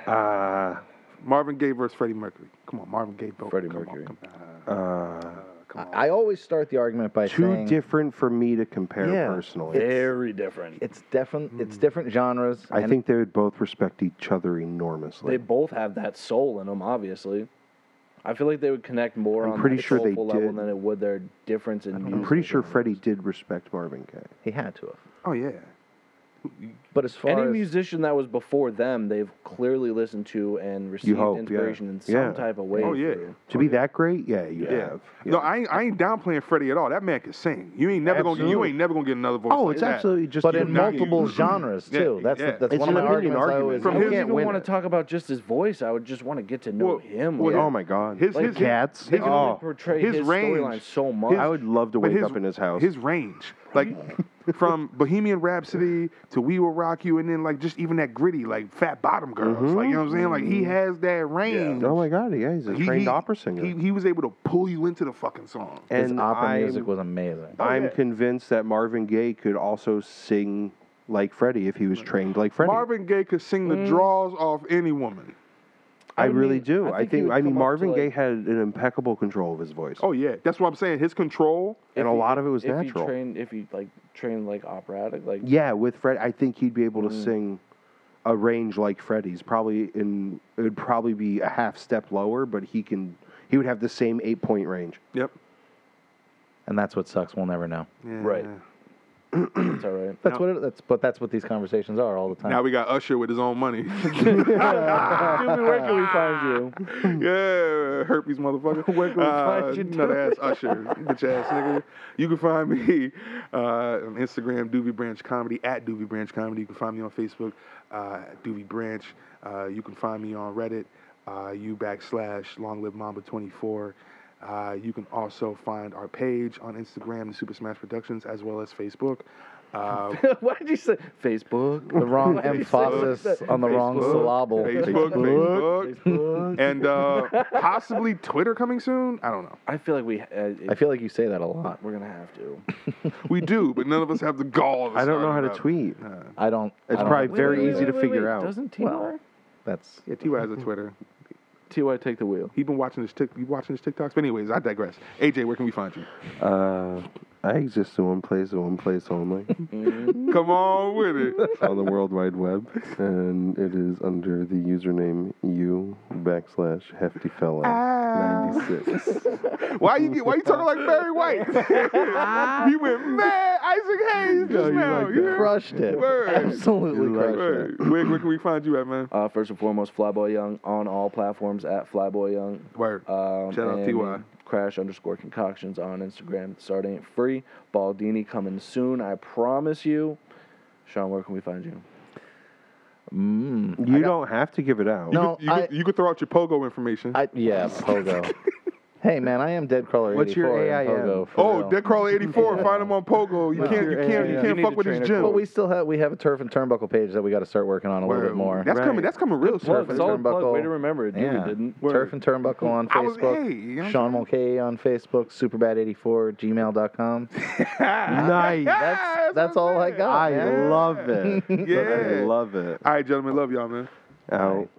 B: Uh,
D: Marvin Gaye versus Freddie Mercury. Come on, Marvin Gaye. Bro.
A: Freddie
D: come
A: Mercury.
D: On, come on.
B: uh,
D: Come on.
C: I I always start the argument by
B: too
C: saying
B: different for me to compare
C: Yeah.
B: personally.
A: Very different.
C: it's different. It's different genres.
B: I
C: and
B: think they would both respect each other enormously.
A: they both have that soul in them, obviously. I feel like they would connect more
B: I'm
A: on
B: pretty
A: that
B: sure they
A: soulful level
B: did.
A: than it would their difference in.
B: I'm pretty sure Freddie did respect Marvin Gaye.
C: he had to have.
D: oh yeah.
C: But as far
A: Any
C: as
A: musician that was before them, they've clearly listened to and received
B: hope, yeah.
A: inspiration in some
B: Yeah.
A: type of way.
D: Oh yeah.
A: through.
B: To be that great, yeah, you
D: Yeah.
B: have. Yeah.
D: No, I ain't, I ain't downplaying Freddie at all. That man can sing. You ain't never gonna you
B: Absolutely.
D: ain't never gonna get another voice.
B: oh,
D: like
B: it's
D: that.
B: absolutely just.
C: but
B: you
C: in
B: know,
D: not-
C: multiple genres
D: Yeah,
C: too. That's
D: yeah.
C: that's
B: It's
C: one of
B: an
C: my
B: opinion
C: arguments. I
B: argument.
C: always
D: From
A: I
C: you
D: his-
A: don't
C: can't
A: even
C: win
A: want
C: it.
A: to talk about just his voice. I would just want to get to know
D: Well,
A: him.
D: well,
A: like,
B: oh my god,
D: His-
A: Like,
D: his-
B: cats.
A: they
D: his-
A: only
B: oh,
A: portray
D: his
A: his,
D: range,
A: storyline so much.
B: I would love to
D: But
B: wake up in his house.
D: His range,
B: <laughs>
D: like from Bohemian Rhapsody to We Will Rock You, and then like just even that gritty, like Fat Bottom Girls. Like you know what I'm saying? Like
B: Mm-hmm.
D: he has that range.
B: oh my god, yeah, he's a
D: He-
B: trained
D: he-
B: opera singer.
D: He, he was able to pull you into the fucking song.
C: His
B: and
C: opera
B: I'm,
C: music was amazing.
B: I'm
D: yeah.
B: convinced that Marvin Gaye could also sing like Freddie if he was trained like Freddie.
D: Marvin Gaye could sing the draws off any woman.
B: I,
A: I
B: really
A: mean,
B: do.
A: I
B: I
A: think he
B: think.
A: would
B: I mean,
A: come up
B: Marvin
A: to,
B: Gaye
A: like-
B: had an impeccable control of his voice,
D: Oh yeah, that's what I'm saying. His control.
A: If
B: and a
A: he-
B: lot of it was
A: if
B: natural.
A: He trained, if he like trained like operatic,
B: <clears throat>
A: like
B: Yeah, with Fred, I think he'd be able to sing a range like Freddie's. Probably in it would probably be a half step lower, but he can. He would have the same eight point range.
D: Yep.
C: And that's what sucks. We'll never know.
D: Yeah.
A: Right. it's all right. <laughs>
C: That's what it, that's but that's what these conversations are all the time.
D: Now we got Usher with his
B: <laughs>
D: own money. <laughs>
A: Jimmy, where can we find you?
D: yeah, herpes motherfucker. Where
A: can we find you,
D: Nut ass Usher, bitch ass nigga. You can find me <laughs> uh, on Instagram, Doobie Branch Comedy, at Doobie Branch Comedy. You can find me on Facebook, uh, Doobie Branch. Uh, you can find me on Reddit, uh, u backslash long live mamba 24. Uh, you can also find our page on Instagram, the Super Smash Productions, as well as Facebook. Uh,
A: Why did you say Facebook?
C: <laughs> the
D: <laughs>
C: wrong
A: did you say like
C: emphasis
A: that?
C: on the wrong
D: Facebook,
C: syllable.
D: Facebook, Facebook, and uh, possibly Twitter coming soon. I don't know.
A: I feel like we. Uh,
C: I feel like you say that a lot.
A: we're gonna have to.
D: We do, but none of us have the gall. To
B: I don't know how
D: start it
B: to
D: up.
B: tweet.
C: I don't.
B: It's
C: I don't-
B: probably very easy to figure out.
A: Doesn't T.Y.
C: Well-
B: <laughs>
C: That's
D: Yeah, Ty has a Twitter.
A: T.Y. take the wheel?
D: He been watching his tick. You watching his TikToks? But anyways, I digress. AJ, where can we find you?
B: Uh, I exist in one place, in one place <laughs> only,
D: Come on with it.
B: on the World Wide Web, and it is under the username you backslash hefty fella ninety six. <laughs>
D: Why you get? Why you talking like Barry White? you went mad, Isaac Hayes.
B: No,
D: just
B: you
D: now.
B: like
D: you
B: that.
D: hear?
C: crushed it.
D: Word.
C: Absolutely
B: You like
C: crushed it.
D: Word. Where, where can we find you at, man?
A: Uh, first and foremost, Flyboy Young on all platforms at Flyboy Young.
D: Word.
A: Um,
D: Shout out
A: and
D: T.Y..
A: Crash underscore concoctions on Instagram. Start ain't free. Baldini coming soon. I promise you. Sean, where can we find you?
C: Mm.
B: You don't have to give it out.
C: No,
D: you, could,
C: I-
D: you could throw out your pogo information.
C: I yeah,
B: <laughs>
C: Pogo. hey man, I am Dead Crawler.
B: What's your
C: 84 and
B: AIM?
C: Pogo, for
D: oh,
C: real.
D: Deadcrawler eighty four. Find him on pogo. You
C: Wow.
D: can't. You
B: Your
D: can't.
B: AI.
D: You
B: You
D: can't
A: need
D: fuck
A: a
D: with his
A: trainer
D: gym.
C: But we still have we have a turf and turnbuckle page that we got to start working on a little
D: Word.
C: bit more.
D: That's
B: Right.
D: coming. That's coming real soon.
A: Plug,
D: <laughs>
A: solid plug.
C: Turnbuckle.
A: Way to remember it. Dude,
C: yeah,
A: we didn't.
C: turf and turnbuckle on
D: I was-
C: Facebook.
D: hey, you know-
C: Sean Mulcahy on Facebook. Superbad84
D: <laughs>
C: gmail.com.
B: <laughs> nice.
C: That's that's all I got.
B: I
C: man.
B: love it.
C: <laughs>
D: Yeah.
B: I love it.
D: All right, gentlemen. Love y'all, man.
B: Out.